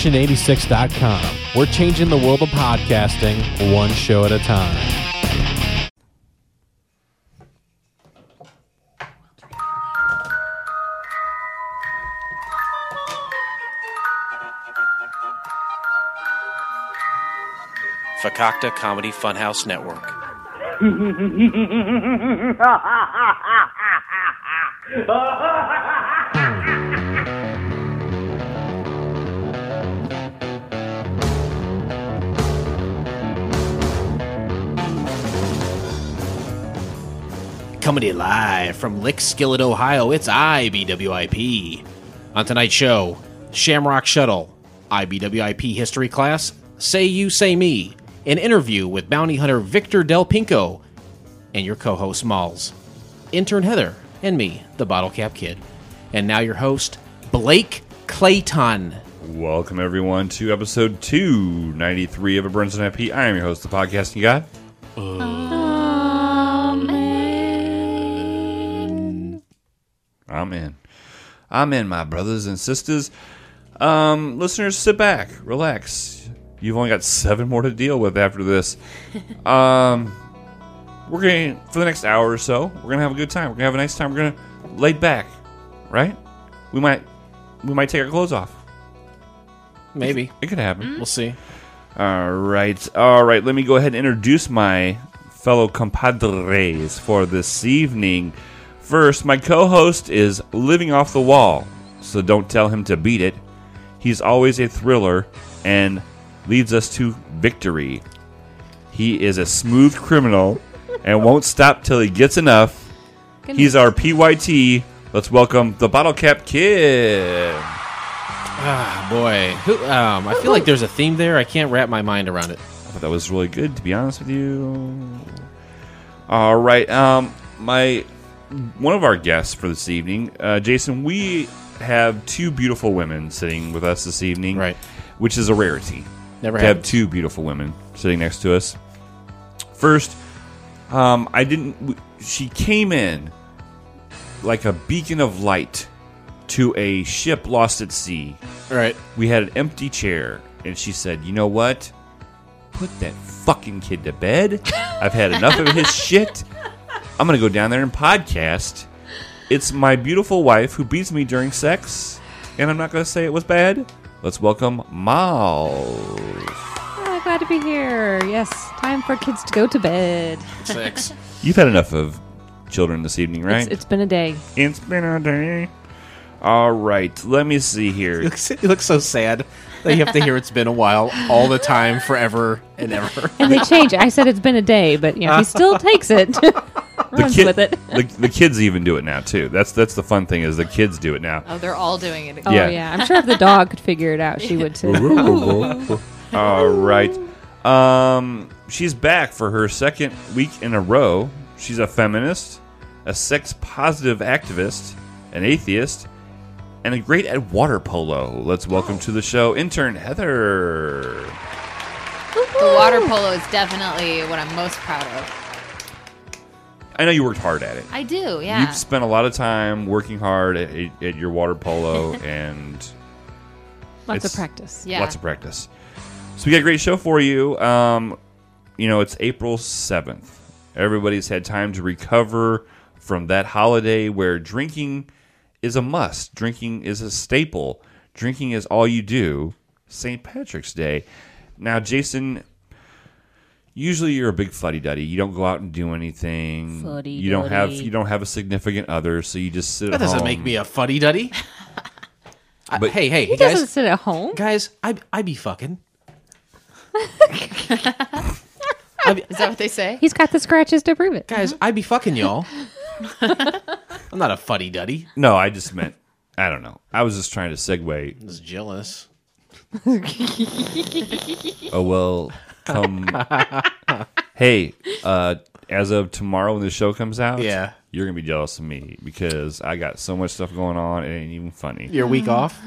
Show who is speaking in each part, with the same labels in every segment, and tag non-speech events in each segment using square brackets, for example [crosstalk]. Speaker 1: section86.com. We're changing the world of podcasting one show at a time.
Speaker 2: Fakakta Comedy Funhouse Network. Coming to you live from Lick Skillet, Ohio, it's IBWIP. On tonight's show, Shamrock Shuttle, IBWIP History Class, Say You, Say Me, an interview with bounty hunter Victor Del Pinco, and your co host Malls, intern Heather, and me, the Bottle Cap Kid. And now your host, Blake Clayton.
Speaker 3: Welcome everyone to episode 293 of A Burns and Happy. I am your host, the podcasting guy. I'm in. I'm in, my brothers and sisters. Um, listeners, sit back, relax. You've only got seven more to deal with after this. Um, we're going to for the next hour or so. We're gonna have a good time. We're gonna have a nice time. We're gonna lay back, right? We might, we might take our clothes off.
Speaker 2: Maybe.
Speaker 3: It could happen.
Speaker 2: We'll see.
Speaker 3: All right, all right. Let me go ahead and introduce my fellow compadres for this evening. First, my co-host is living off the wall, so don't tell him to beat it. He's always a thriller and leads us to victory. He is a smooth criminal and won't stop till he gets enough. He's our PYT. Let's welcome the Bottle Cap Kid.
Speaker 2: Ah, boy. Who, um, I feel like there's a theme there. I can't wrap my mind around it.
Speaker 3: thought that was really good, to be honest with you. All right, um, my one of our guests for this evening, uh, Jason. We have two beautiful women sitting with us this evening,
Speaker 2: Right.
Speaker 3: Which is a rarity
Speaker 2: Never
Speaker 3: to have
Speaker 2: happened.
Speaker 3: two beautiful women sitting next to us. First, um, I didn't. w- She came in like a beacon of light to a ship lost at sea
Speaker 2: Right.
Speaker 3: we had an empty chair and she said you know what put that fucking kid to bed i've had enough of his shit i'm gonna go down there and podcast it's my beautiful wife who beats me during sex and i'm not gonna say it was bad let's welcome miles
Speaker 4: Oh, glad to be here. Yes, time for kids to go to bed.
Speaker 2: [laughs] Six.
Speaker 3: you've had enough of children this evening right
Speaker 4: It's, it's been a day.
Speaker 3: it's been a day all right let me see here
Speaker 4: [laughs]
Speaker 2: you look so sad that you have to hear it's been a while all the time, forever and ever.
Speaker 4: And they change. it. I said it's been a day, but you know,
Speaker 2: [laughs]
Speaker 4: he still takes it. [laughs] Runs
Speaker 3: kid-
Speaker 4: with it.
Speaker 3: the, the kids even do it now too that's that's the fun thing is the kids do it now
Speaker 5: Oh, they're all doing it.
Speaker 4: Oh
Speaker 3: Yeah.
Speaker 4: yeah. I'm sure if the dog could figure it out, she would too.
Speaker 3: All right. Um, she's back for her second week in a row. She's a feminist, a sex positive activist, an atheist, and a great at water polo. Let's welcome to the show intern Heather.
Speaker 5: The water polo is definitely what I'm most proud of.
Speaker 3: I know you worked hard at it.
Speaker 5: I do, yeah.
Speaker 3: You've spent a lot of time working hard at, at your water polo [laughs] and
Speaker 4: Lots
Speaker 3: It's-
Speaker 4: of practice.
Speaker 5: yeah.
Speaker 3: lots of practice. So we got a great show for you. Um, you know, it's April 7th. Everybody's had time to recover from that holiday where drinking is a must, drinking is a staple, drinking is all you do. St. Patrick's Day. Now, Jason, usually you're a big fuddy duddy. You don't go out and do anything. You don't have
Speaker 4: Fuddy-duddy.
Speaker 3: you don't have a significant other, so you just sit
Speaker 2: That
Speaker 3: at home.
Speaker 2: doesn't make me a fuddy duddy.
Speaker 3: But-
Speaker 2: hey, hey,
Speaker 4: He
Speaker 2: hey, guys.
Speaker 4: doesn't sit at home.
Speaker 2: Guys, I, I be
Speaker 5: [laughs]
Speaker 2: fucking. I be-
Speaker 5: is that what they say?
Speaker 4: He's got the scratches to prove it.
Speaker 2: guys, I be fucking
Speaker 5: [laughs]
Speaker 2: y'all. I'm not a fuddy duddy.
Speaker 3: No, I just meant I don't know. I was just trying to segue
Speaker 2: I was jealous.
Speaker 3: Oh well,
Speaker 2: [laughs]
Speaker 3: come. hey, uh, as of tomorrow when the show comes out,
Speaker 2: Yeah.
Speaker 3: you're gonna be jealous of me because I got so much stuff going on. It ain't even funny.
Speaker 2: Your
Speaker 5: Mm.
Speaker 2: week off?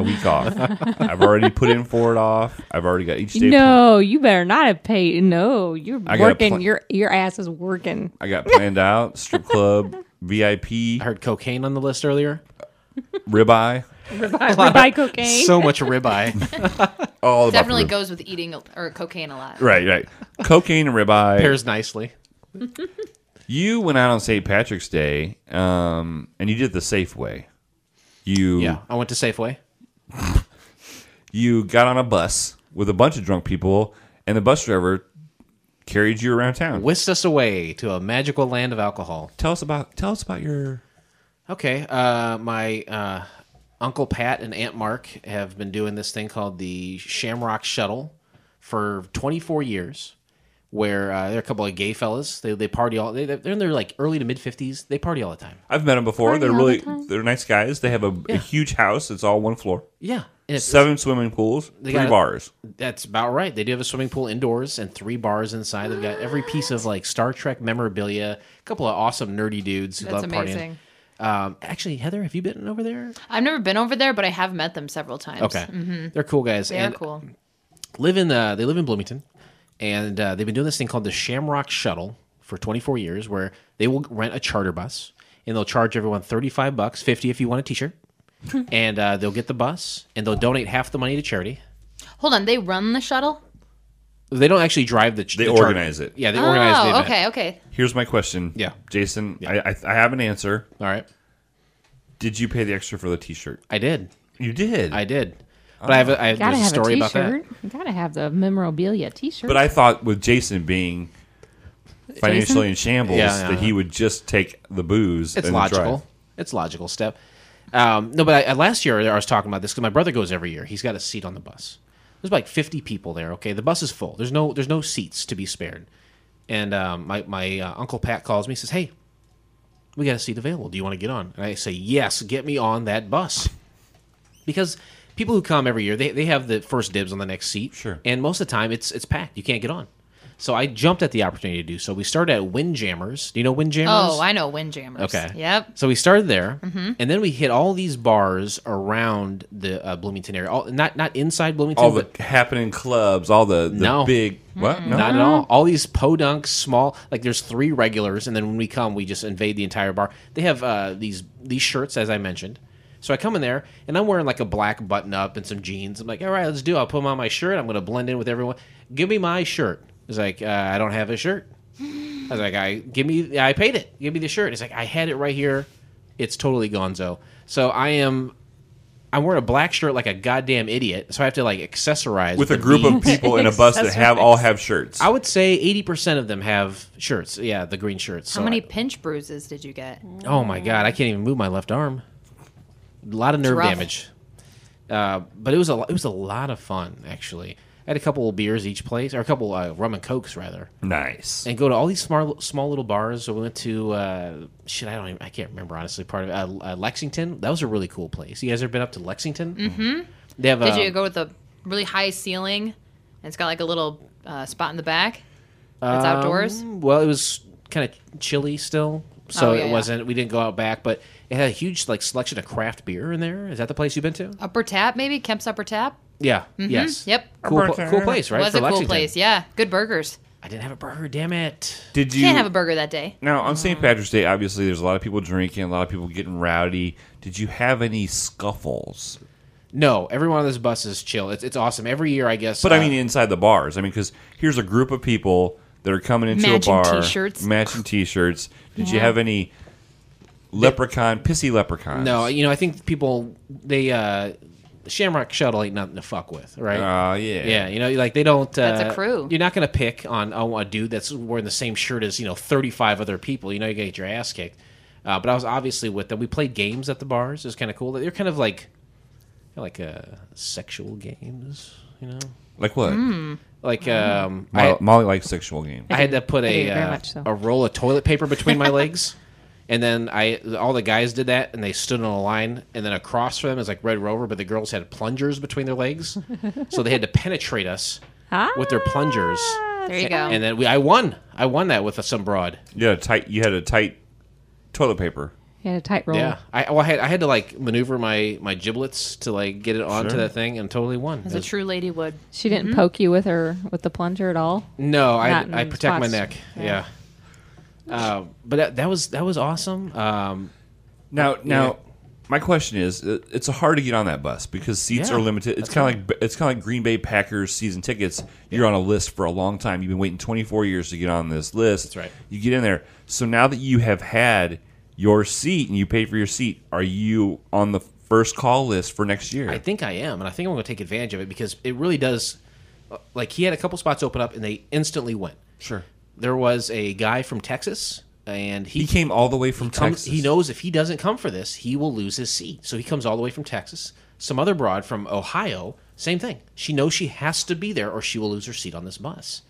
Speaker 2: [laughs]
Speaker 3: week off, I've already put in for it off. I've already got each day. pl-
Speaker 4: No, you better not have paid. No, you're
Speaker 3: I got a
Speaker 4: working.
Speaker 3: plan.
Speaker 4: your your ass is working.
Speaker 2: [laughs]
Speaker 3: I got planned out. Strip club, VIP,
Speaker 2: I heard cocaine on the list earlier.
Speaker 3: ribeye.
Speaker 4: Revi- Rebuy cocaine.
Speaker 2: So much [laughs] ribeye.
Speaker 3: All about the
Speaker 5: Definitely
Speaker 3: rib-
Speaker 5: goes with eating a- or cocaine a lot.
Speaker 3: Right, right. Cocaine and ribeye.
Speaker 2: Pairs nicely.
Speaker 3: You went out on St. Patrick's Day, um, and you did it the safe way. You
Speaker 2: Yeah. I went to Safeway.
Speaker 3: you got on a bus with a bunch of drunk people, and the bus driver carried you around town.
Speaker 2: Whisked us away to a magical land of alcohol.
Speaker 3: tell us about tell us about your
Speaker 2: Okay. Uh, my uh, Uncle Pat and Aunt Mark have been doing this thing called the Shamrock Shuttle for 24 years, where uh, they're a couple of gay fellas. They, they party all, they, they're in their like early to mid 50s. They party all the time.
Speaker 3: I've met them before.
Speaker 4: Party
Speaker 3: They're
Speaker 4: all
Speaker 3: really
Speaker 4: the time.
Speaker 3: they're nice guys. They have a, a huge house. It's all one floor,
Speaker 2: Yeah. And it's,
Speaker 3: seven swimming pools, three
Speaker 2: got a-
Speaker 3: bars.
Speaker 2: That's about right. They do have a swimming pool indoors and three bars inside. They've got every piece of like Star Trek memorabilia. A couple of awesome nerdy dudes who
Speaker 5: That's
Speaker 2: love
Speaker 5: amazing.
Speaker 2: partying. Um, actually, Heather, have you been over there?
Speaker 5: I've never been over there, but I have met them several times.
Speaker 2: Okay, they're cool guys.
Speaker 5: Mm-hmm. They
Speaker 2: and
Speaker 5: are cool.
Speaker 2: Live in uh, they live in Bloomington, and uh, they've been doing this thing called the Shamrock Shuttle for 24 years, where they will rent a charter bus and they'll charge everyone 35 bucks, 50 if you want a T-shirt, and uh, they'll get the bus and they'll donate half the money to charity.
Speaker 5: Hold on, they run the shuttle?
Speaker 2: They don't actually drive the. ch-
Speaker 3: They
Speaker 2: the charter.
Speaker 3: organize it.
Speaker 2: Yeah, they organize the
Speaker 5: oh,
Speaker 2: event.
Speaker 5: okay, okay.
Speaker 3: Here's my question.
Speaker 2: Yeah.
Speaker 3: Jason, I, I I have an answer.
Speaker 2: All right.
Speaker 3: Did you pay the extra for the T-shirt?
Speaker 2: I did.
Speaker 3: You did.
Speaker 2: I did. But I have a, I have,
Speaker 4: Gotta
Speaker 2: there's a
Speaker 4: have
Speaker 2: story
Speaker 4: a
Speaker 2: about that.
Speaker 4: t-shirt. Gotta have the memorabilia t-shirt.
Speaker 3: But I thought with Jason being financially in shambles,
Speaker 2: Yeah, yeah,
Speaker 3: that he would just take the booze.
Speaker 2: It's
Speaker 3: and
Speaker 2: logical.
Speaker 3: drive.
Speaker 2: It's logical step. Um, no, but I, I, last year I was talking about this because my brother goes every year. He's got a seat on the bus. There's like 50 people there. Okay, the bus is full. There's no there's no seats to be spared. And um, my my uh, uncle Pat calls me. Says, "Hey, we got a seat available. Do you want to get on?" And I say, "Yes, get me on that bus." Because people who come every year, they, they have the first dibs on the next seat.
Speaker 3: Sure.
Speaker 2: And most of the time, it's it's packed. You can't get on. So I jumped at the opportunity to do so. We started at Windjammers. Do you know Windjammers?
Speaker 5: Oh, I know Windjammers.
Speaker 2: Okay.
Speaker 5: Yep.
Speaker 2: So we started there, and then we hit all these bars around the uh, Bloomington area. All, not not inside Bloomington,
Speaker 3: All the
Speaker 2: but
Speaker 3: happening clubs, all the, the
Speaker 2: No.
Speaker 3: big what? No?
Speaker 2: not at all. All these podunks, small. Like there's three regulars, and then when we come, we just invade the entire bar. They have uh, these these shirts, as I mentioned. So I come in there, and I'm wearing like a black button up and some jeans. I'm like, all right, let's do. it. I'll put 'em on my shirt. I'm gonna blend in with everyone. Give me my shirt. He's like, uh, I don't have a shirt. I was like, I give me, I paid it. Give me the shirt. He's like, I had it right here. It's totally Gonzo. So I am, I'm wearing a black shirt like a goddamn idiot. So I have to like accessorize
Speaker 3: With
Speaker 2: the
Speaker 3: a group of
Speaker 2: themes.
Speaker 3: people in a bus that have all have shirts.
Speaker 2: I would say eighty percent of them have shirts. Yeah, the green shirts.
Speaker 5: How
Speaker 2: So
Speaker 5: many
Speaker 2: I-
Speaker 5: pinch bruises did you get?
Speaker 2: oh my god, I can't even move my left arm. A lot of nerve
Speaker 5: rough.
Speaker 2: damage. Uh, but it was a it was a lot of fun actually. I had a couple of beers each place, or a couple uh, rum and cokes rather,
Speaker 3: Nice.
Speaker 2: and go to all these small small little bars. So we went to uh, shit. I don't even I can't remember honestly. Part of it. Uh, uh, Lexington. That was a really cool place. You guys ever been up to Lexington? Mm-hmm. They have.
Speaker 5: Did
Speaker 2: um,
Speaker 5: you go with the really high ceiling? And it's got like a little uh, spot in the back. That's outdoors.
Speaker 2: Um, well, it was kind of chilly still, so
Speaker 5: Oh, yeah,
Speaker 2: it
Speaker 5: yeah.
Speaker 2: wasn't. We didn't go out back, but it had a huge like selection of craft beer in there. Is that the place you've been to?
Speaker 5: Upper Tap, maybe Kemp's Upper Tap.
Speaker 2: Yeah. Yes.
Speaker 5: Mm-hmm. Yep.
Speaker 2: Cool, pl- cool place, right?
Speaker 5: Was
Speaker 2: for
Speaker 5: a cool
Speaker 2: Lexington.
Speaker 5: place. Yeah, good burgers.
Speaker 2: I didn't have a burger. Damn it.
Speaker 3: Did you
Speaker 5: Can't have a Mm. burger that day.
Speaker 3: now on St. Patrick's Day? Obviously, there's a lot of people drinking, a lot of people getting rowdy. Did you have any scuffles?
Speaker 2: No, everyone on this bus is chill. It's it's awesome. Every year, I guess.
Speaker 3: But
Speaker 2: uh,
Speaker 3: I mean, inside the bars. I mean, because here's a group of people that are coming into
Speaker 5: Matching
Speaker 3: a bar,
Speaker 5: t-shirts.
Speaker 3: matching t-shirts. Did you have any leprechaun, pissy leprechauns?
Speaker 2: no, you know, I think people they uh Shamrock Shuttle ain't nothing to fuck with, right?
Speaker 3: Oh yeah.
Speaker 2: Yeah, you know, like they don't. Uh,
Speaker 5: That's a crew.
Speaker 2: You're not going to pick on oh, a dude that's wearing the same shirt as you know 35 other people. You know, you're going to get your ass kicked. Uh, but I was obviously with them. We played games at the bars. It was kind of cool. They're kind of like, kinda like uh, sexual games, you know.
Speaker 3: Like what?
Speaker 5: Mm.
Speaker 2: Like um,
Speaker 3: Molly,
Speaker 2: I,
Speaker 3: Molly likes sexual games.
Speaker 2: I had to put
Speaker 4: do
Speaker 2: a
Speaker 4: very
Speaker 2: uh,
Speaker 4: much so.
Speaker 2: a roll of toilet paper between my legs, [laughs] and then I all the guys did that, and they stood in a line, and then across from them is like Red Rover, but the girls had plungers between their
Speaker 5: [laughs]
Speaker 2: legs, so they had to penetrate us with their plungers.
Speaker 4: Ah,
Speaker 5: There you go.
Speaker 2: And then we, I won. I won that with some broad.
Speaker 3: Yeah, tight. You had a tight toilet paper.
Speaker 4: He had a tight
Speaker 3: Oh.
Speaker 4: roll.
Speaker 2: Yeah, I, well, I had I had to like maneuver my my giblets to like get it onto
Speaker 3: Sure.
Speaker 2: that thing and totally won.
Speaker 5: As
Speaker 2: It
Speaker 5: a
Speaker 2: was-
Speaker 5: true lady would.
Speaker 4: She didn't poke you with her with the plunger at all.
Speaker 2: no, I
Speaker 4: Not in
Speaker 2: I protect my
Speaker 4: spots.
Speaker 2: neck. Yeah. Uh, but that, that was that was awesome. Um,
Speaker 3: Now, now, my question is, it- it's hard to get on that bus because seats
Speaker 2: Yeah,
Speaker 3: are limited. It's kind of like it's kind of like Green Bay Packers season tickets. You're on a list for a long time. You've been waiting 24 years to get on this list. That's
Speaker 2: right.
Speaker 3: You get in there. So now that you have had your seat and you paid for your seat, are you on the first call list for next year?
Speaker 2: I think I am, and I think I'm going to take advantage of it because it really does. uh, Like he had a couple spots open up, and they instantly went.
Speaker 3: Sure.
Speaker 2: There was a guy from Texas, and he,
Speaker 3: he came all the way from
Speaker 2: comes.
Speaker 3: Texas.
Speaker 2: He knows if he doesn't come for this, he will lose his seat. So he comes all the way from Texas. Some other broad from Ohio, same thing. She knows she has to be there, or she will lose her seat on this bus.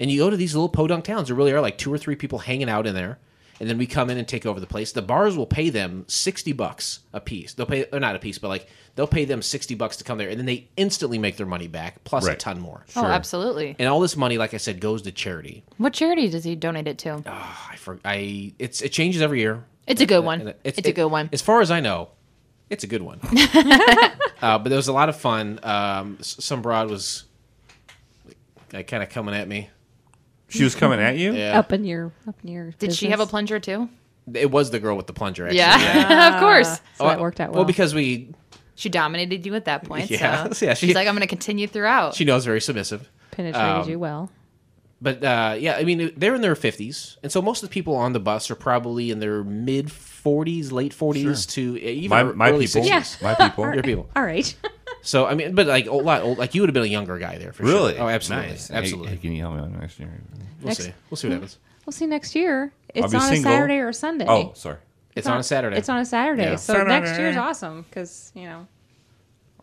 Speaker 2: And you go to these little podunk towns. There really are like two or three people hanging out in there. And then we come in and take over the place. The bars will pay them sixty bucks a piece. They'll pay or not a piece, but like they'll pay them sixty bucks to come there, and then they instantly make their money back plus a
Speaker 3: Right.
Speaker 2: ton more.
Speaker 5: Oh, absolutely.
Speaker 2: And all this money, like I said, goes to charity. Ah,
Speaker 5: What charity does he donate it to?
Speaker 2: I, for, I it's it changes every year.
Speaker 5: It's a good one.
Speaker 2: Uh, And it-
Speaker 5: It's, a
Speaker 2: it-
Speaker 5: good one.
Speaker 2: As far as I know, it's a good
Speaker 5: [laughs]
Speaker 2: one. uh, but there was a lot of fun. Um, s- some broad was like, kind of coming at me.
Speaker 3: She was coming at
Speaker 2: [laughs]
Speaker 3: you.
Speaker 2: Yeah.
Speaker 4: Up in your, up in your.
Speaker 5: Did she have a plunger too?
Speaker 2: It was the girl with the plunger. Actually.
Speaker 5: Yeah, [laughs] of course.
Speaker 4: So that worked out
Speaker 2: Oh,
Speaker 4: well.
Speaker 2: Well, because we
Speaker 5: She dominated you at that point.
Speaker 2: Yeah, [laughs]
Speaker 5: so
Speaker 2: yeah, she-
Speaker 5: she's like, I'm going to continue throughout.
Speaker 2: she knows very submissive.
Speaker 4: penetrated
Speaker 2: um,
Speaker 4: you well.
Speaker 2: But uh, yeah, I mean they're in their fifties, and so most of the people on the bus are probably in their mid forties, late forties to to uh, even
Speaker 3: My, my
Speaker 2: early
Speaker 3: people.
Speaker 2: sixties.
Speaker 3: My
Speaker 2: [laughs]
Speaker 3: people.
Speaker 2: Your people.
Speaker 4: All right.
Speaker 2: So I mean, but like a lot, old, like you would have been a younger guy there for
Speaker 3: Really?
Speaker 2: sure. Oh, absolutely,
Speaker 3: Nice. Hey,
Speaker 2: absolutely.
Speaker 3: hey, can you help me out next year?
Speaker 2: We'll
Speaker 4: Next-
Speaker 2: see. We'll see what happens.
Speaker 4: We'll see next year. It's
Speaker 3: be
Speaker 4: on
Speaker 3: single.
Speaker 4: a Saturday or a Sunday.
Speaker 3: Oh, sorry.
Speaker 2: It's on a Saturday.
Speaker 4: It's on a Saturday.
Speaker 2: Yeah.
Speaker 4: So next year's awesome because you know.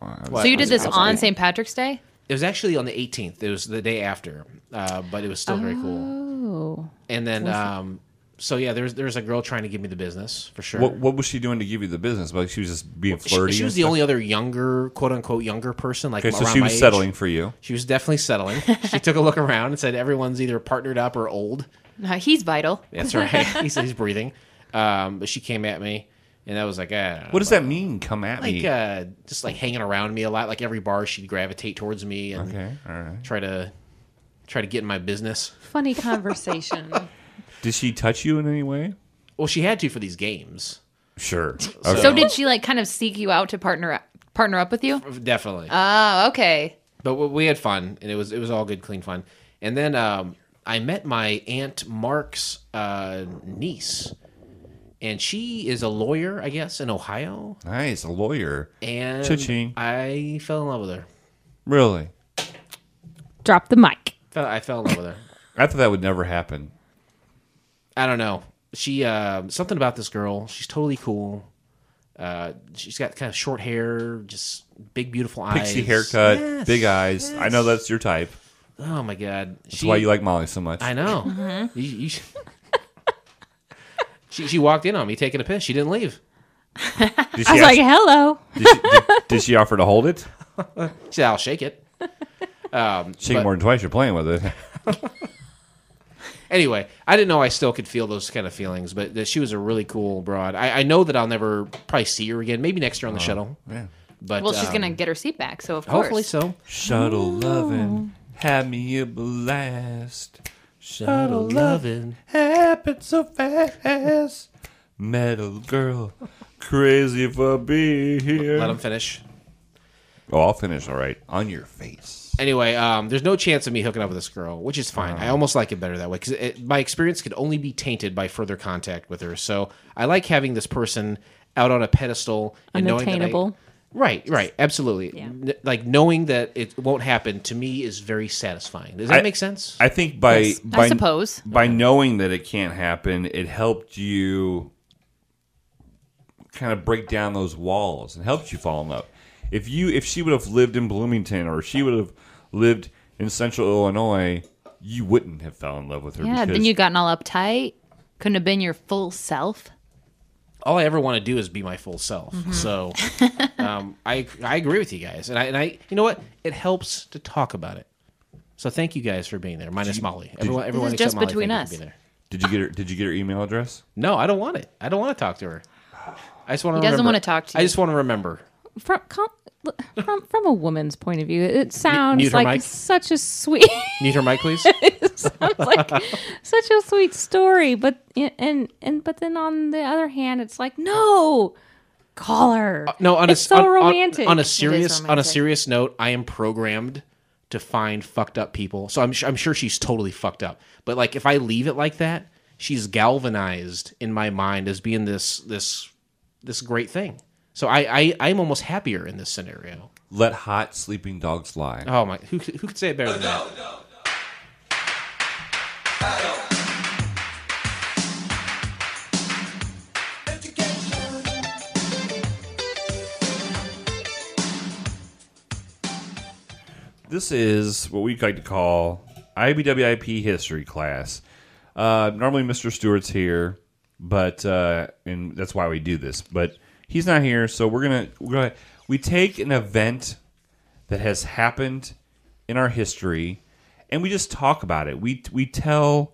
Speaker 2: What?
Speaker 5: so you did
Speaker 2: It was-
Speaker 5: this on St. Patrick's Day?
Speaker 2: It was actually on the 18th. It was the day after, uh, but it was still very cool.
Speaker 4: Oh,
Speaker 2: And then, um, so yeah, there's there's a girl trying to give me the business for sure.
Speaker 3: What, what was she doing to give you the business? Like she was just being
Speaker 2: She-
Speaker 3: flirty.
Speaker 2: she,
Speaker 3: and
Speaker 2: was the
Speaker 3: stuff?
Speaker 2: only other younger, quote unquote, younger person. Like
Speaker 3: Okay, so
Speaker 2: around
Speaker 3: she
Speaker 2: my
Speaker 3: was
Speaker 2: age.
Speaker 3: settling for you.
Speaker 2: She was definitely settling. she took a look around and said, "Everyone's either partnered up or old."
Speaker 5: No, Uh, he's vital.
Speaker 2: That's right. he's, he's breathing. Um, but she came at me, and I was like, ah,
Speaker 3: What does that mean? Come at
Speaker 2: like
Speaker 3: me.
Speaker 2: uh, just like hanging around me a lot. Like every bar, she'd gravitate towards me and
Speaker 3: okay, all right.
Speaker 2: try to try to get in my business.
Speaker 4: [laughs] funny conversation.
Speaker 3: Did she touch you in any way?
Speaker 2: Well, she had to for these games.
Speaker 3: Sure.
Speaker 5: So did she like kind of seek you out to partner up, partner up with you?
Speaker 2: Definitely.
Speaker 5: Oh, okay.
Speaker 2: but we- we had fun, and it was it was all good, clean fun. And then um, I met my aunt Mark's uh, niece, and she is a lawyer, I guess, in Ohio.
Speaker 3: nice, a lawyer.
Speaker 2: And
Speaker 3: Cha-ching.
Speaker 2: I fell in love with her.
Speaker 3: Really?
Speaker 4: Drop the mic.
Speaker 2: Fell- I fell in love with her.
Speaker 3: I thought that would never happen.
Speaker 2: I don't know. She uh, something about this girl. She's totally cool. Uh, she's got kind of short hair, just big, beautiful eyes.
Speaker 3: Pixie haircut,
Speaker 2: Yes.
Speaker 3: big eyes. I know that's your type.
Speaker 2: Oh my god!
Speaker 3: That's why you like Molly so much.
Speaker 5: [laughs]
Speaker 2: I know.
Speaker 5: Mm-hmm.
Speaker 2: You- you sh- [laughs] she she walked in on me taking a piss. She didn't leave.
Speaker 3: Did
Speaker 4: I
Speaker 3: she,
Speaker 4: was like,
Speaker 3: ask-
Speaker 4: hello.
Speaker 3: did she, did,
Speaker 2: [laughs]
Speaker 3: did she offer to hold it?
Speaker 2: She said, "I'll shake it."
Speaker 3: Shake
Speaker 2: But-
Speaker 3: more than twice. You're playing with
Speaker 2: [laughs]
Speaker 3: it.
Speaker 2: Anyway, I didn't know I still could feel those kind of feelings, but that she was a really cool broad. I, I know that I'll never probably see her again. Maybe next year on the shuttle.
Speaker 3: yeah.
Speaker 2: But
Speaker 5: Well, she's
Speaker 2: um,
Speaker 5: going to get her seat back, so of course.
Speaker 2: hopefully so.
Speaker 3: Shuttle loving, had me a blast.
Speaker 2: Shuttle loving.
Speaker 3: happened so fast. Metal girl, crazy for being here.
Speaker 2: Let them finish.
Speaker 3: oh, I'll finish all right. On your face.
Speaker 2: Anyway, um, there's no chance of me hooking up with this girl, which is fine. I almost like it better that way because my experience could only be tainted by further contact with her. So I like having this person out on a pedestal and knowing that I-
Speaker 4: Unattainable.
Speaker 2: right, right, absolutely. N- like knowing that it won't happen to me is very satisfying. Does that
Speaker 3: I-
Speaker 2: make sense?
Speaker 3: I think by,
Speaker 4: Yes.
Speaker 3: by
Speaker 5: I suppose.
Speaker 3: by knowing that it can't happen, it helped you kind of break down those walls and helped you fall in love. If you if she would have lived in Bloomington or she would have lived in Central Illinois, you wouldn't have fell in love with her.
Speaker 5: Yeah,
Speaker 3: because
Speaker 5: then you'd gotten all uptight. Couldn't have been your full self.
Speaker 2: all I ever want to do is be my full self.
Speaker 5: Mm-hmm. [laughs]
Speaker 2: So um, I I agree with you guys, and I and I you know what it helps to talk about it. So thank you guys for being there. Minus Molly, everyone, everyone
Speaker 5: is
Speaker 2: except
Speaker 5: just
Speaker 2: Molly,
Speaker 5: between
Speaker 2: thank you for being
Speaker 5: us.
Speaker 2: there.
Speaker 3: did you get her did you get her email address?
Speaker 2: No, I don't want it. I don't want to talk to her. I just want to.
Speaker 5: He doesn't
Speaker 2: remember.
Speaker 5: wanna talk to
Speaker 2: I
Speaker 5: you.
Speaker 2: just want to remember.
Speaker 4: From com- from from a woman's point of view, it sounds
Speaker 2: mute her
Speaker 4: like
Speaker 2: mic.
Speaker 4: such a sweet [laughs]
Speaker 2: Need her mic,
Speaker 5: [laughs]
Speaker 2: please.
Speaker 4: sounds like such a sweet story. But and and but then on the other hand, it's like no, call her.
Speaker 2: Uh, No, on a
Speaker 4: It's so
Speaker 2: on- on-
Speaker 4: romantic.
Speaker 2: On, a
Speaker 4: It is
Speaker 2: serious on a
Speaker 5: romantic.
Speaker 2: serious note, I am programmed to find fucked up people. So I'm su- I'm sure she's totally fucked up. But like if I leave it like that, she's galvanized in my mind as being this this this great thing. So I I I'm almost happier in this scenario.
Speaker 3: Let hot sleeping dogs lie.
Speaker 2: Oh my, who who could say it better than that?
Speaker 3: This is what we like to call IBWIP history class. Uh, normally, Mr. Stewart's here, but uh, and that's why we do this. But he's not here, so we're gonna we're gonna we take an event that has happened in our history, and we just talk about it. We we tell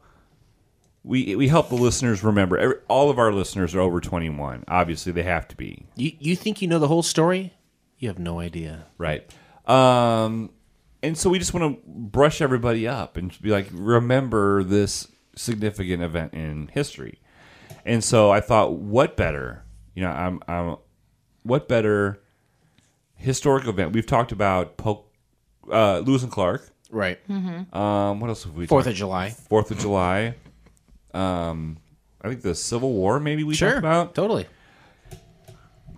Speaker 3: we we help the listeners remember. Every, all of our listeners are over twenty one. Obviously, they have to be.
Speaker 2: You you think you know the whole story? You have no idea.
Speaker 3: Right. Um, and so we just want to brush everybody up and be like, remember this significant event in history. And so I thought, what better? You know, I'm, I'm what better historic event? We've talked about Polk, uh, Lewis and Clark.
Speaker 2: Right.
Speaker 5: Mm-hmm.
Speaker 3: Um, what else have we?
Speaker 2: Fourth of
Speaker 3: talked-
Speaker 2: July.
Speaker 3: Fourth of July. Um, I think the Civil War. Maybe we talked about
Speaker 2: Totally.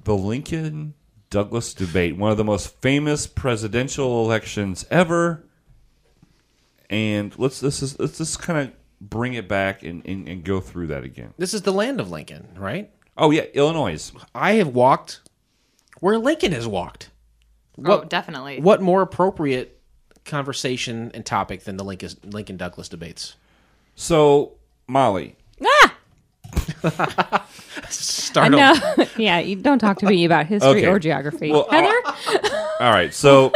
Speaker 3: the Lincoln Douglas debate, one of the most famous presidential elections ever. And let's this is let's just kind of bring it back and, and, and go through that again.
Speaker 2: This is the land of Lincoln, right?
Speaker 3: Oh yeah, Illinois.
Speaker 2: I have walked where Lincoln has walked.
Speaker 5: oh, definitely.
Speaker 2: What more appropriate conversation and topic than the Lincoln Lincoln Douglas debates?
Speaker 3: So Molly,
Speaker 2: Start
Speaker 4: [laughs] No,
Speaker 2: over. [laughs]
Speaker 4: yeah, you don't talk to me about history
Speaker 3: Okay.
Speaker 4: or geography.
Speaker 3: Well,
Speaker 2: uh,
Speaker 4: Heather?
Speaker 3: all right. So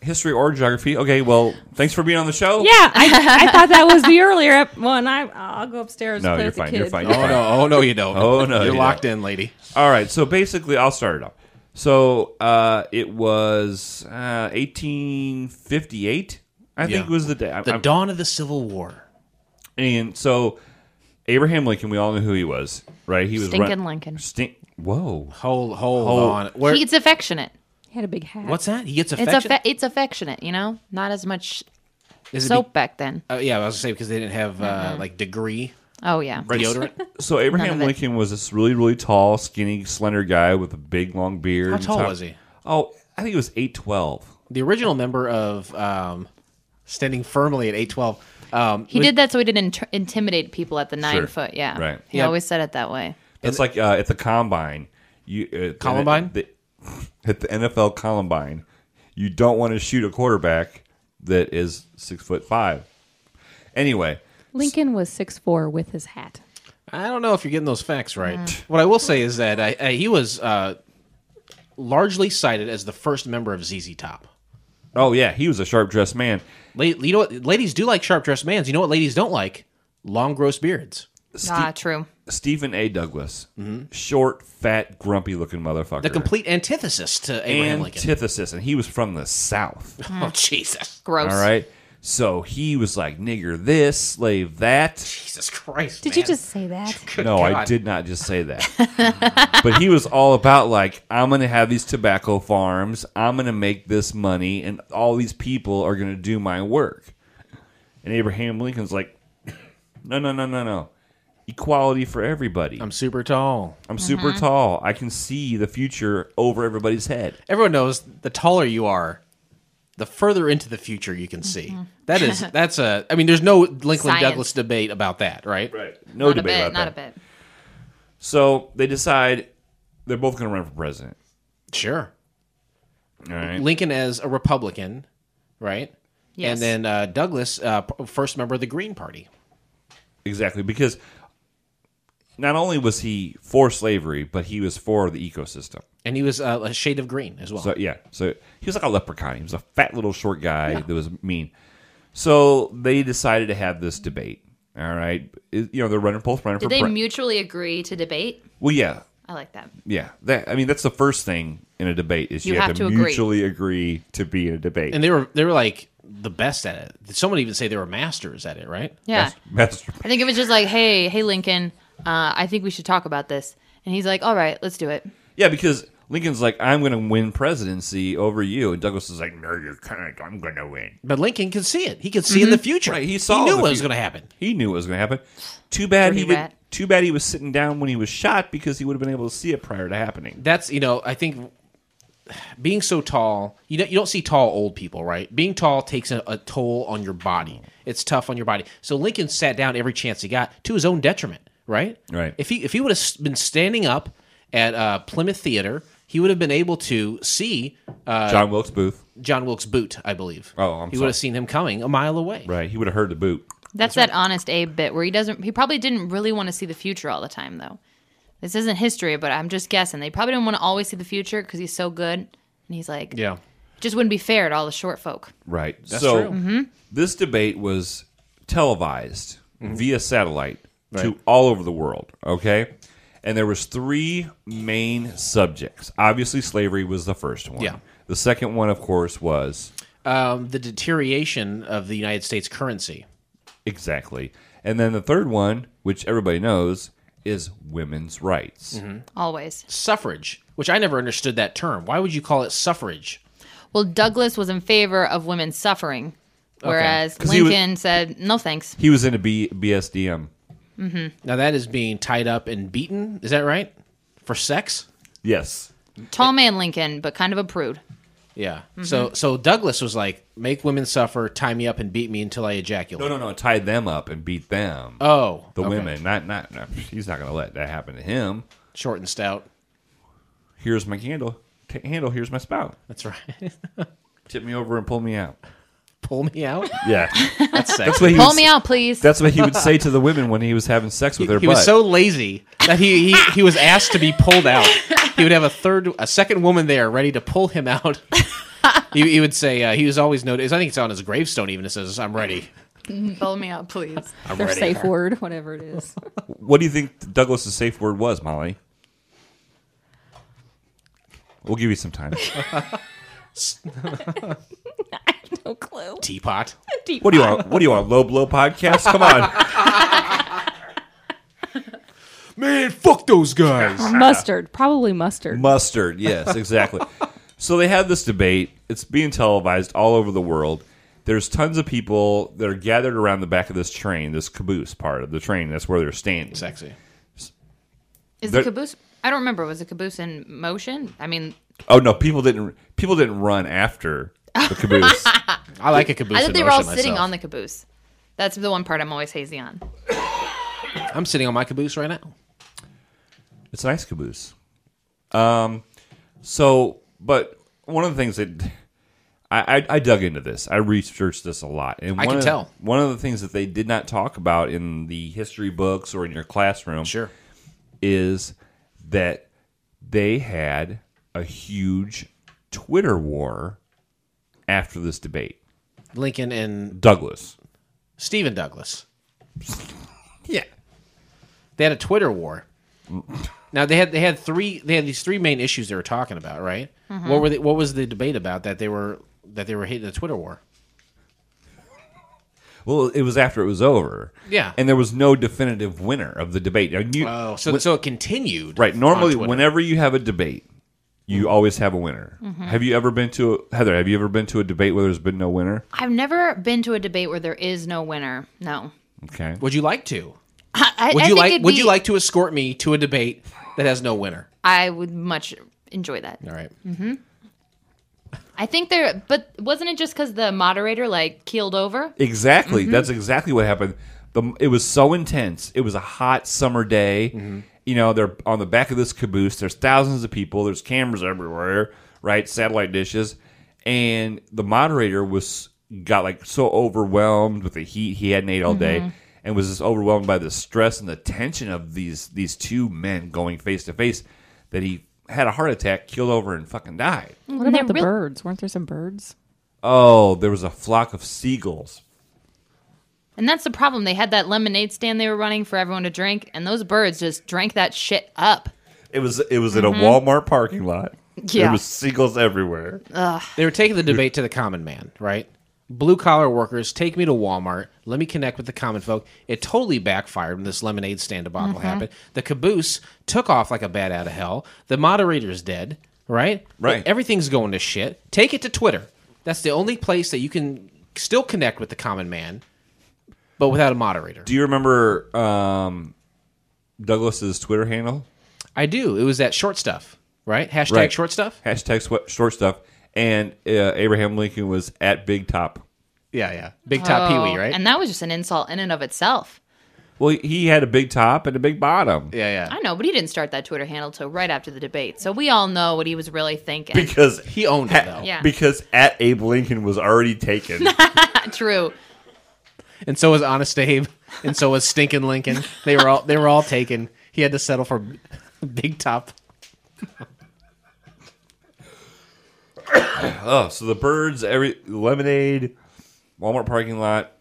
Speaker 3: history or geography? Okay. Well, thanks for being on the show.
Speaker 4: yeah, I,
Speaker 2: [laughs]
Speaker 4: I thought that was the earlier ep- one. I, I'll go upstairs
Speaker 3: No,
Speaker 4: and play
Speaker 3: you're
Speaker 4: with the
Speaker 3: fine.
Speaker 4: kids.
Speaker 3: You're fine. You're
Speaker 2: Oh
Speaker 3: fine.
Speaker 2: no! Oh no! You don't.
Speaker 3: [laughs] Oh, no,
Speaker 2: You're
Speaker 3: you
Speaker 2: locked in, lady.
Speaker 3: All right. So basically, I'll start it off. So uh, it was uh, 1858. I think
Speaker 2: Yeah.
Speaker 3: was the day. I-
Speaker 2: The
Speaker 3: I'm-
Speaker 2: dawn of the Civil War.
Speaker 3: And so Abraham Lincoln, we all knew who he was, right? He was
Speaker 5: Stinking Lincoln.
Speaker 3: Stink. Whoa.
Speaker 2: Hold, hold, on. Where?
Speaker 5: He's affectionate.
Speaker 4: He had a big hat.
Speaker 2: what's that? He gets
Speaker 5: It's
Speaker 2: affection.
Speaker 5: affe it's affectionate, you know? Not as much
Speaker 2: Is it be-
Speaker 5: soap back then.
Speaker 2: uh, yeah, I was gonna say because they didn't have uh,
Speaker 5: Mm-hmm.
Speaker 2: like [laughs] degree
Speaker 5: Oh yeah.
Speaker 2: deodorant.
Speaker 3: So Abraham
Speaker 5: of it.
Speaker 3: Lincoln was this really, really tall, skinny, slender guy with a big, long beard.
Speaker 2: How
Speaker 3: and
Speaker 2: tall
Speaker 3: top-
Speaker 2: was he?
Speaker 3: Oh, I think it was eight twelve.
Speaker 2: the original member of um, standing firmly at eight twelve. Um,
Speaker 5: He
Speaker 2: was-
Speaker 5: did that so he didn't int- intimidate people at the nine
Speaker 3: Sure.
Speaker 5: foot. Yeah.
Speaker 3: Right.
Speaker 5: He
Speaker 2: Yeah.
Speaker 5: always said it that way.
Speaker 3: That's like uh, at the combine. You uh,
Speaker 2: Columbine?
Speaker 3: the- at the NFL Columbine, you don't want to shoot a quarterback that is six foot five. Anyway,
Speaker 4: Lincoln was six four with his hat.
Speaker 2: I don't know if you're getting those facts right.
Speaker 4: Mm.
Speaker 2: What I will say is that I, I, he was uh, largely cited as the first member of ZZ Top.
Speaker 3: oh yeah, he was a sharp dressed man.
Speaker 2: La- you know what? Ladies do like sharp dressed mans. You know what ladies don't like? Long, gross beards.
Speaker 5: ah, true.
Speaker 3: Stephen A. Douglas, short, fat, grumpy looking motherfucker.
Speaker 2: The complete antithesis to Abraham Lincoln.
Speaker 3: antithesis, and Hmm. he was from
Speaker 2: [laughs]
Speaker 3: the South.
Speaker 2: Oh, Jesus.
Speaker 5: Gross.
Speaker 3: All right. So he was like, nigger this, slave that.
Speaker 2: Jesus Christ.
Speaker 4: Did you
Speaker 2: man.
Speaker 4: just say that?
Speaker 2: [laughs] Good
Speaker 3: no, I
Speaker 2: God.
Speaker 3: did not just say that.
Speaker 2: [laughs]
Speaker 3: [laughs] but he was all about, like, I'm going to have these tobacco farms. I'm going to make this money, and all these people are going to do my work. And Abraham Lincoln's like, [laughs] no, no, no, no, no. Equality for everybody. I'm,
Speaker 2: I'm super tall.
Speaker 5: Mm-hmm.
Speaker 3: super tall. I can see the future over everybody's head.
Speaker 2: Everyone knows the taller you are, the further into the future you can see.
Speaker 4: Mm-hmm.
Speaker 2: That
Speaker 4: [laughs]
Speaker 2: is, that's a, I mean, there's no Lincoln
Speaker 5: Science.
Speaker 2: Douglas debate about that, right?
Speaker 3: No
Speaker 5: not a
Speaker 3: debate
Speaker 5: bit,
Speaker 3: about
Speaker 5: not
Speaker 3: that.
Speaker 5: a bit.
Speaker 3: So they decide they're both going to run for president.
Speaker 2: Sure.
Speaker 3: All right.
Speaker 2: Lincoln as a Republican, right? And
Speaker 5: Yes.
Speaker 2: then uh, Douglas, uh, p- first member of the Green Party.
Speaker 3: Exactly. Because not only was he for slavery, but he was for the ecosystem.
Speaker 2: And he was uh, a shade of green as well.
Speaker 3: So, yeah. So he was like a leprechaun. He was a fat little short guy that was mean. So they decided to have this debate. All right. It- you know, they're running both running
Speaker 5: Did
Speaker 3: for
Speaker 5: they
Speaker 3: pre-
Speaker 5: mutually agree to debate?
Speaker 3: Well, yeah.
Speaker 5: I like that.
Speaker 3: Yeah. That, I mean, that's the first thing in a debate is you, have, to,
Speaker 5: agree.
Speaker 3: mutually agree. to be in a debate.
Speaker 2: and they were they were like the best at it. Someone even say they were masters at it, right?
Speaker 5: Yeah.
Speaker 3: Master- [laughs]
Speaker 5: I think it was just like, hey, hey, Lincoln, uh, I think we should talk about this. And he's like, all right, let's do it.
Speaker 3: Yeah, because Lincoln's like, I'm going to win presidency over you. And Douglas is like, No, you can't. I'm going to win.
Speaker 2: But Lincoln could see it. He could see in
Speaker 5: Mm-hmm.
Speaker 2: the future.
Speaker 3: Right, he saw
Speaker 2: He
Speaker 3: the
Speaker 2: knew what was
Speaker 3: future.
Speaker 2: going to happen.
Speaker 3: He knew what was going to happen. Too bad he
Speaker 5: Dirty
Speaker 3: did,
Speaker 5: rat.
Speaker 3: Too bad he was sitting down when he was shot because he would have been able to see it prior to happening.
Speaker 2: That's you know I think being so tall you know you don't see tall old people right. Being tall takes a, a toll on your body. It's tough on your body. So Lincoln sat down every chance he got to his own detriment. Right.
Speaker 3: Right.
Speaker 2: If he if he would have been standing up at uh, Plymouth Theater, he would have been able to see uh,
Speaker 3: John Wilkes Booth.
Speaker 2: John Wilkes Boot. I believe.
Speaker 3: Oh, I'm
Speaker 2: He
Speaker 3: sorry.
Speaker 2: would have seen him coming a mile away.
Speaker 3: Right. He would have heard the boot.
Speaker 5: That's, that honest Abe bit where he doesn't. He probably didn't really want to see the future all the time, though. This isn't history, but I'm just guessing. They probably didn't want to always see the future because he's so good, and he's like,
Speaker 2: Yeah.
Speaker 5: just wouldn't be fair to all the short folk.
Speaker 3: Right.
Speaker 2: That's
Speaker 3: so
Speaker 2: true.
Speaker 5: Mm-hmm.
Speaker 3: this debate was televised via satellite to all over the world. Okay. And there was three main subjects. Obviously, slavery was the first one.
Speaker 2: Yeah.
Speaker 3: The second one, of course, was
Speaker 2: Um, the deterioration of the United States currency.
Speaker 3: exactly. And then the third one, which everybody knows, is women's rights.
Speaker 2: Mm-hmm.
Speaker 5: Always.
Speaker 2: suffrage, which I never understood that term. Why would you call it suffrage?
Speaker 5: Well, Douglas was in favor of women suffering, whereas
Speaker 3: 'Cause he was-
Speaker 5: Lincoln said, no thanks.
Speaker 3: He was into B- BSDM.
Speaker 2: Now that is being tied up and beaten. Is that right? For sex?
Speaker 3: Yes.
Speaker 5: Tall man Lincoln, but kind of a prude.
Speaker 2: Yeah. So so Douglas was like, make women suffer, tie me up and beat me until I ejaculate.
Speaker 3: No, no, no. Tied them up and beat them.
Speaker 2: Oh,
Speaker 3: the
Speaker 2: okay.
Speaker 3: women. Not, not, no, he's not going to let that happen to him.
Speaker 2: Short and stout.
Speaker 3: here's my candle t- handle here's my spout
Speaker 2: That's right. [laughs]
Speaker 3: tip me over and pull me out
Speaker 2: Pull me out.
Speaker 3: yeah
Speaker 2: That's sex.
Speaker 3: [laughs] that's what he
Speaker 5: Pull
Speaker 3: was,
Speaker 5: me out, please.
Speaker 3: that's what he would say to the women when he was having sex with their
Speaker 2: he
Speaker 3: butt
Speaker 2: was so lazy that he, he he was asked to be pulled out. He would have a third, a second woman there ready to pull him out. [laughs] he, he would say uh, he was always noted. I think it's on his gravestone. Even it says, "I'm ready."
Speaker 5: Pull me
Speaker 3: [laughs]
Speaker 5: out, please.
Speaker 2: I'm
Speaker 4: Their
Speaker 2: ready.
Speaker 4: safe word, whatever it is. [laughs]
Speaker 3: what do you think douglas's safe word was molly we'll give you some time
Speaker 4: no clue.
Speaker 2: Teapot.
Speaker 3: what do you want what do you want a low blow podcast come on [laughs]
Speaker 2: Man, fuck those guys.
Speaker 4: Mustard, probably mustard.
Speaker 3: mustard yes exactly so they have this debate it's being televised all over the world there's tons of people that are gathered around the back of this train this caboose part of the train that's where they're standing
Speaker 2: Sexy.
Speaker 5: Is
Speaker 3: There-
Speaker 5: the caboose? I don't remember. Was the caboose in motion? I mean,
Speaker 3: Oh no, people didn't people didn't run after the caboose.
Speaker 2: I like a caboose.
Speaker 5: I thought they were all sitting on the caboose. That's the one part I'm always hazy on.
Speaker 2: I'm sitting on my caboose right now.
Speaker 3: it's a nice caboose. Um so but one of the things that [laughs] I, I, I dug into this. I researched this a lot, and
Speaker 2: I
Speaker 3: one
Speaker 2: can
Speaker 3: of,
Speaker 2: tell.
Speaker 3: one of the things that they did not talk about in the history books or in your classroom is that they had a huge Twitter war after this debate.
Speaker 2: Lincoln and
Speaker 3: Douglas,
Speaker 2: Stephen Douglas. yeah. They had a Twitter war. now they had they had three they had these three main issues they were talking about, right? What were they, what was the debate about that they were that they were hitting the Twitter war?
Speaker 3: Well, it was after it was over.
Speaker 2: Yeah.
Speaker 3: And there was no definitive winner of the debate. Now, you-
Speaker 2: Oh, so so it continued.
Speaker 3: right.
Speaker 2: on
Speaker 3: Normally,
Speaker 2: Twitter. Mm-hmm.
Speaker 3: whenever you have a debate, you always have a winner. Have you ever been to a, Heather? Have you ever been to a debate where there's been no winner?
Speaker 5: I've never been to a debate where there is no winner. No.
Speaker 3: Okay.
Speaker 2: would you like to?
Speaker 5: I, I-
Speaker 2: Would
Speaker 5: I
Speaker 2: you
Speaker 5: think
Speaker 2: like
Speaker 5: it'd
Speaker 2: would
Speaker 5: be-
Speaker 2: you like to escort me to a debate that has no winner?
Speaker 5: I would much enjoy that.
Speaker 2: All right.
Speaker 5: I think there, but wasn't it just because the moderator like keeled over?
Speaker 3: Exactly. That's exactly what happened. The, it was so intense. It was a hot summer day. You know, they're on the back of this caboose. There's thousands of people. There's cameras everywhere, right? Satellite dishes. And the moderator was got like so overwhelmed with the heat he hadn't ate all day and was just overwhelmed by the stress and the tension of these these two men going face to face that he had a heart attack, killed over and fucking died.
Speaker 4: What about the birds? Weren't there some birds?
Speaker 3: Oh, there was a flock of seagulls.
Speaker 5: And that's the problem. They had that lemonade stand they were running for everyone to drink, and those birds just drank that shit up.
Speaker 3: It was it was in a Walmart parking lot.
Speaker 5: Mm-hmm. Yeah.
Speaker 3: There was seagulls everywhere.
Speaker 2: They were taking the debate to the common man, right? Blue collar workers, take me to Walmart. Let me connect with the common folk. It totally backfired when this
Speaker 5: Mm-hmm.
Speaker 2: lemonade stand debacle happened. The caboose took off like a bat out of hell. The moderator's dead. right?
Speaker 3: Right.
Speaker 2: Everything's going to shit. Take it to Twitter. That's the only place that you can still connect with the common man, but without a moderator.
Speaker 3: Do you remember um, Douglas's Twitter handle?
Speaker 2: I do. It was that short stuff, right? Hashtag
Speaker 3: Right.
Speaker 2: short stuff.
Speaker 3: Hashtag sw- short stuff. And uh, Abraham Lincoln was at Big Top.
Speaker 2: Yeah, yeah. Big top Pee Wee,
Speaker 5: Oh,
Speaker 2: right?
Speaker 5: And that was just an insult in and of itself.
Speaker 3: Well, he had a big top and a big bottom.
Speaker 2: yeah, yeah.
Speaker 5: I know, but he didn't start that Twitter handle till right after the debate, so we all know what he was really thinking.
Speaker 3: Because
Speaker 2: He owned it though,
Speaker 5: Yeah.
Speaker 3: Because at Abe Lincoln was already
Speaker 5: [laughs]
Speaker 3: taken.
Speaker 5: [laughs] True.
Speaker 2: and so was Honest Abe, and so was Stinking Lincoln. They were all they were all taken. He had to settle for [laughs] Big Top.
Speaker 3: oh, so the birds, every lemonade, Walmart parking lot.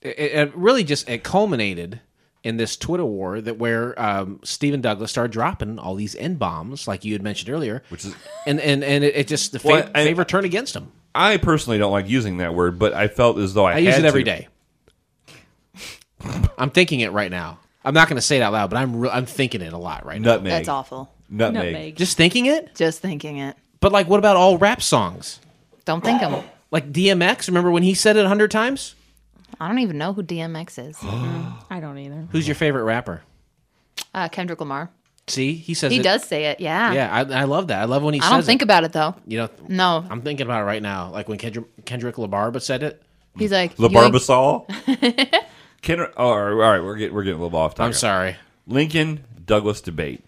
Speaker 2: it, it really just it culminated in this Twitter war that where um, Stephen Douglas started dropping all these n bombs, like you had mentioned earlier, which
Speaker 3: is-
Speaker 2: and and and it, it just the fa-
Speaker 3: Well, I-
Speaker 2: favor turned against him.
Speaker 3: I personally don't like using that word, but I felt as though I,
Speaker 2: I use
Speaker 3: had
Speaker 2: it every
Speaker 3: to.
Speaker 2: day. I'm thinking it right now. I'm not going to say it out loud, but I'm re- I'm thinking it a lot right now.
Speaker 3: Nutmeg.
Speaker 5: That's awful.
Speaker 3: Nutmeg.
Speaker 4: Nutmeg.
Speaker 2: Just thinking it,
Speaker 5: Just thinking it.
Speaker 2: but like, what about all rap songs?
Speaker 5: Don't think him.
Speaker 2: Like DMX, remember when he said it a hundred times?
Speaker 5: I don't even know who DMX
Speaker 2: [gasps]
Speaker 5: is.
Speaker 4: I don't either.
Speaker 2: Who's your favorite rapper?
Speaker 5: Uh, Kendrick Lamar.
Speaker 2: See, he says
Speaker 5: He
Speaker 2: it-
Speaker 5: does say it. Yeah.
Speaker 2: Yeah, I, I love that. I love when he
Speaker 5: I
Speaker 2: says
Speaker 5: don't think
Speaker 2: it.
Speaker 5: about it though.
Speaker 2: you know,
Speaker 5: No.
Speaker 2: I'm thinking about it right now. Like when Kendrick, Kendrick LaBarba said it.
Speaker 5: He's like you ain't-
Speaker 3: LaBarbasol. Ken, oh, all right, all right, we're getting we're getting a little off topic.
Speaker 2: I'm sorry.
Speaker 3: Lincoln Douglas debate,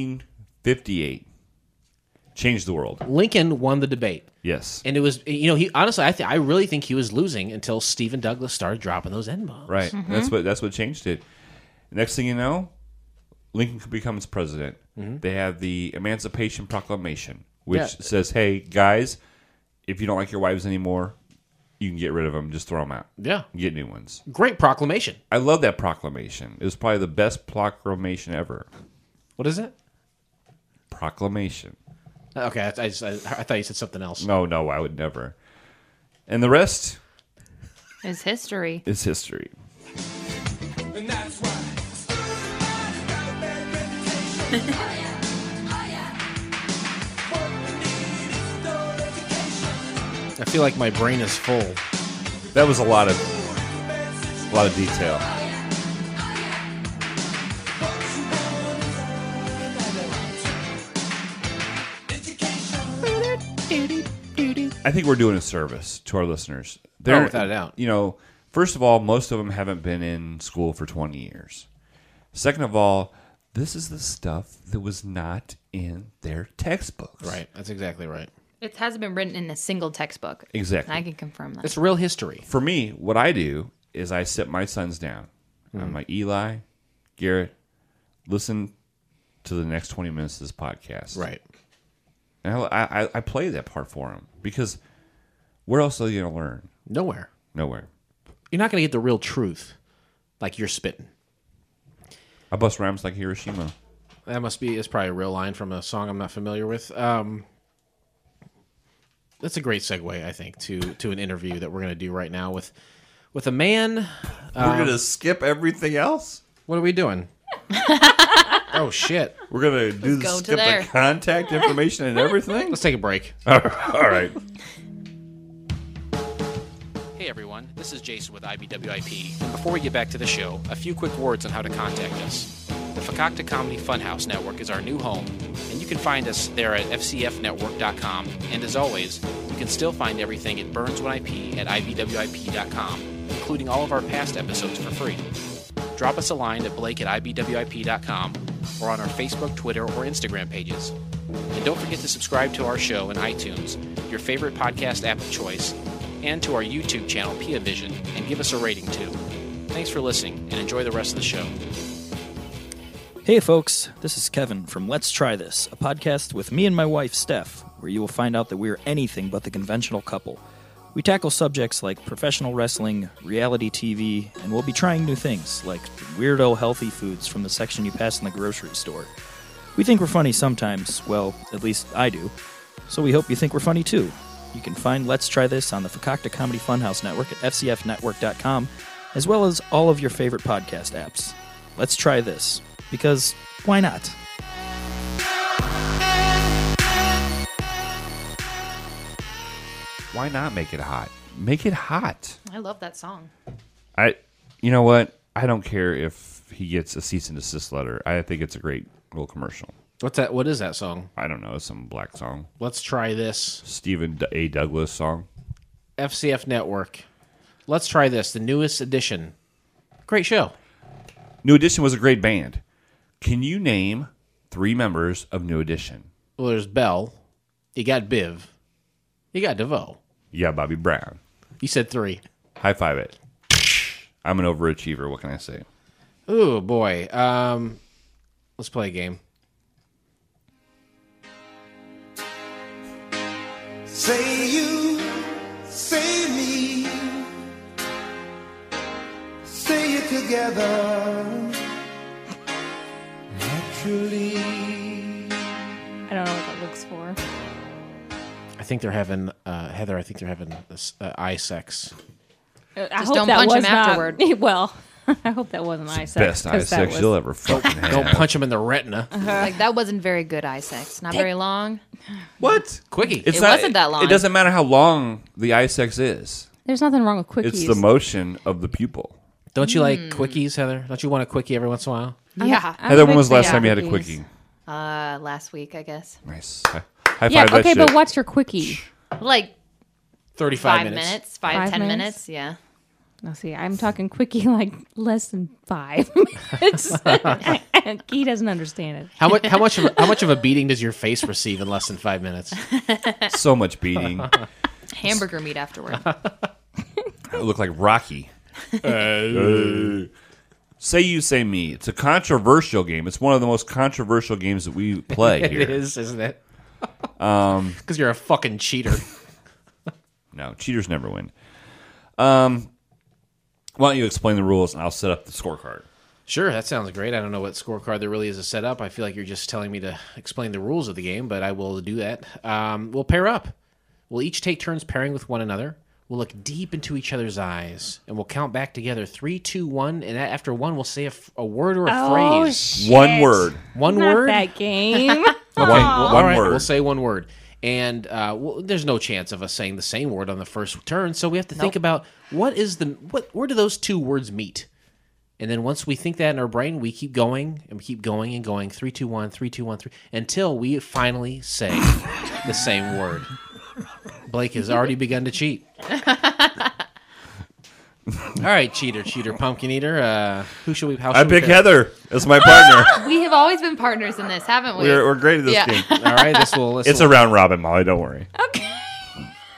Speaker 3: 1858, changed the world.
Speaker 2: Lincoln won the debate.
Speaker 3: Yes,
Speaker 2: And it was, you know, he honestly, I, th- I really think he was losing until Stephen Douglas started dropping those N bombs.
Speaker 3: right. That's what that's what changed it. Next thing you know, Lincoln becomes president. They have the Emancipation Proclamation, which
Speaker 2: Mm-hmm. Yeah.
Speaker 3: says, "Hey guys, if you don't like your wives anymore, you can get rid of them. Just throw them out.
Speaker 2: Yeah.
Speaker 3: Get new ones."
Speaker 2: Great proclamation.
Speaker 3: I love that proclamation. It was probably the best proclamation ever.
Speaker 2: What is it?
Speaker 3: Proclamation.
Speaker 2: Okay. I, I, just- I, I thought you said something else.
Speaker 3: No, no, I would never. And the rest
Speaker 5: is history.
Speaker 3: is history.
Speaker 6: And that's why.
Speaker 2: I feel like my brain is full.
Speaker 3: That was a lot of a lot of detail. I think we're doing a service to our listeners. They're,
Speaker 2: Oh, without a doubt.
Speaker 3: You know, first of all, most of them haven't been in school for 20 years. Second of all, this is the stuff that was not in their textbooks.
Speaker 2: Right. That's exactly right.
Speaker 5: It hasn't been written in a single textbook.
Speaker 3: Exactly.
Speaker 5: I can confirm that.
Speaker 2: It's real history.
Speaker 3: for me, what I do is I sit my sons down. I'm like, Eli, Garrett, listen to the next 20 minutes of this podcast.
Speaker 2: Right.
Speaker 3: And I, I, I play that part for them because where else are you going to learn?
Speaker 2: Nowhere.
Speaker 3: Nowhere.
Speaker 2: You're not going to get the real truth like you're spitting.
Speaker 3: I bust rhymes like Hiroshima.
Speaker 2: That must be is probably a real line from a song I'm not familiar with. Um, that's a great segue, I think, to to an interview that we're going to do right now with with a man.
Speaker 5: Um,
Speaker 3: We're going to skip everything else?
Speaker 2: What are we doing? oh shit!
Speaker 3: We're going to do the
Speaker 5: go to skip the there.
Speaker 3: contact information and everything?
Speaker 2: Let's take a break.
Speaker 3: [laughs] All right.
Speaker 2: Hey everyone, this is Jason with IBWIP. And before we get back to the show, a few quick words on how to contact us. The Fakakta Comedy Funhouse Network is our new home, and you can find us there at fcfnetwork.com. And as always, you can still find everything at burns1ip at ibwip.com, including all of our past episodes for free. Drop us a line at blake at ibwip.com or on our Facebook, Twitter, or Instagram pages. And don't forget to subscribe to our show in iTunes, your favorite podcast app of choice, and to our YouTube channel, Pia Vision, and give us a rating too. Thanks for listening and enjoy the rest of the show.
Speaker 7: Hey, folks, this is Kevin from Let's Try This, a podcast with me and my wife, Steph, where you will find out that we are anything but the conventional couple. We tackle subjects like professional wrestling, reality TV, and we'll be trying new things like weirdo healthy foods from the section you pass in the grocery store. We think we're funny sometimes, well, at least I do, so we hope you think we're funny too. You can find Let's Try This on the Fakakta Comedy Funhouse Network at FCFnetwork.com, as well as all of your favorite podcast apps. Let's try this, because why not?
Speaker 6: Hey,
Speaker 3: Why not make it hot? Make it hot.
Speaker 5: I love that song.
Speaker 3: I, you know what? I don't care if he gets a cease and desist letter. I think it's a great little commercial.
Speaker 2: What's that? What is that song?
Speaker 3: I don't know, some black song,
Speaker 2: Let's try this.
Speaker 3: Stephen D- A. Douglas song.
Speaker 2: FCF Network. Let's try this. The newest edition. Great show.
Speaker 3: New Edition was a great band. Can you name three members of New Edition?
Speaker 2: Well, there's Bell. You got Biv. You got DeVoe.
Speaker 3: Yeah, Bobby Brown.
Speaker 2: You said three.
Speaker 3: High five it. I'm an overachiever. What can I say?
Speaker 2: Ooh boy. Um, let's play a game.
Speaker 6: Say you, say me, say it together. Naturally.
Speaker 4: I don't know what that looks for.
Speaker 2: I think they're having uh, Heather. I think they're having this, uh, eye sex.
Speaker 4: Uh, I
Speaker 5: Just
Speaker 4: hope
Speaker 5: don't
Speaker 4: that
Speaker 5: punch him
Speaker 4: was not- [laughs]
Speaker 5: afterward.
Speaker 4: well, I hope that wasn't my sex.
Speaker 3: Best eye
Speaker 4: 'cause that
Speaker 3: sex
Speaker 4: was-
Speaker 3: you'll ever fucking have.
Speaker 2: Don't punch him in the retina.
Speaker 5: Like that wasn't very good eye sex. Not very long.
Speaker 3: What?
Speaker 2: Quickie.
Speaker 3: It's
Speaker 5: It
Speaker 3: not,
Speaker 5: wasn't that long.
Speaker 3: It doesn't matter how long the eye sex is.
Speaker 4: There's nothing wrong with quickies.
Speaker 3: It's the motion of the pupil.
Speaker 2: Don't you like
Speaker 5: Hmm.
Speaker 2: quickies, Heather? Don't you want a quickie every once in a while?
Speaker 5: Yeah.
Speaker 4: I'm
Speaker 3: Heather, when
Speaker 4: big
Speaker 3: was the last
Speaker 4: fan
Speaker 3: time you
Speaker 4: of
Speaker 3: had a
Speaker 4: quickies.
Speaker 3: quickie?
Speaker 5: Uh, last week, I guess.
Speaker 3: Nice. Hi- High
Speaker 4: Yeah.
Speaker 3: five that
Speaker 4: Okay,
Speaker 3: shit.
Speaker 4: but what's your quickie?
Speaker 5: Like
Speaker 2: Thirty-five
Speaker 5: five minutes, five,
Speaker 4: Five
Speaker 5: ten
Speaker 4: minutes?
Speaker 5: minutes. Yeah.
Speaker 4: No, see, I'm talking quickie [laughs] like less than five. [laughs] It's- he doesn't understand it.
Speaker 2: How much? How much? Of,
Speaker 5: [laughs]
Speaker 2: a- how much of a beating does your face receive in less than five minutes?
Speaker 3: So much [laughs] beating. I
Speaker 5: Hamburger meat afterward.
Speaker 3: look like Rocky. Hey. Say you say me. It's a controversial game. It's one of the most controversial games that we [laughs] play here.
Speaker 2: It is, isn't it? [laughs] Um, because you're a fucking cheater.
Speaker 3: No, cheaters never win. Um, why don't you explain the rules and I'll set up the scorecard.
Speaker 2: Sure, that sounds great. I don't know what scorecard there really is to set up. I feel like you're just telling me to explain the rules of the game, but I will do that. Um, we'll pair up. We'll each take turns pairing with one another. We'll look deep into each other's eyes, and we'll count back together three, two, one. And a- after one, we'll say a, f- a word or a
Speaker 5: Oh,
Speaker 2: phrase.
Speaker 3: One word.
Speaker 2: one
Speaker 4: Oh, Not
Speaker 2: word.
Speaker 3: [laughs]
Speaker 4: that
Speaker 5: [laughs]
Speaker 4: game.
Speaker 3: One,
Speaker 4: [laughs]
Speaker 2: All
Speaker 3: one
Speaker 2: right,
Speaker 3: word.
Speaker 2: We'll say one word, and uh, well, there's no chance of us saying the same word on the first turn. So we have to think about what is the what where do those two words meet? And then once we think that in our brain, we keep going and we keep going and going three, two, one, three, two, one, three, until we finally say the same word. Blake has already begun to cheat. All right, cheater, cheater, pumpkin eater. Uh, who should we? How should
Speaker 3: I
Speaker 2: we
Speaker 3: pick
Speaker 2: pair?
Speaker 3: Heather as my
Speaker 5: [laughs]
Speaker 3: partner.
Speaker 5: we have always been partners in this, haven't we?
Speaker 3: we're, we're great at this
Speaker 5: Yeah.
Speaker 3: game.
Speaker 2: All right, this will. This
Speaker 3: [laughs] It's
Speaker 2: will,
Speaker 3: a round robin, Molly. Don't worry.
Speaker 4: okay.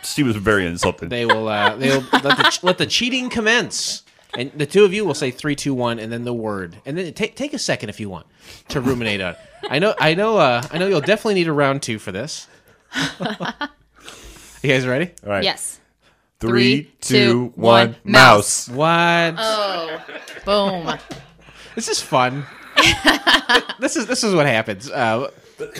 Speaker 3: She was very insulted.
Speaker 2: They will. Uh, they will let the, let the cheating commence, and the two of you will say three, two, one, and then the word, and then take take a second if you want to ruminate on. it. I know. I know. Uh, I know. You'll definitely need a round two for this. [laughs] you guys ready?
Speaker 3: All right.
Speaker 5: yes.
Speaker 3: Three,
Speaker 5: Three,
Speaker 3: two,
Speaker 5: two,
Speaker 3: one.
Speaker 5: one,
Speaker 3: Mouse.
Speaker 2: What?
Speaker 5: Boom.
Speaker 2: This is fun. this is this is what happens. Uh,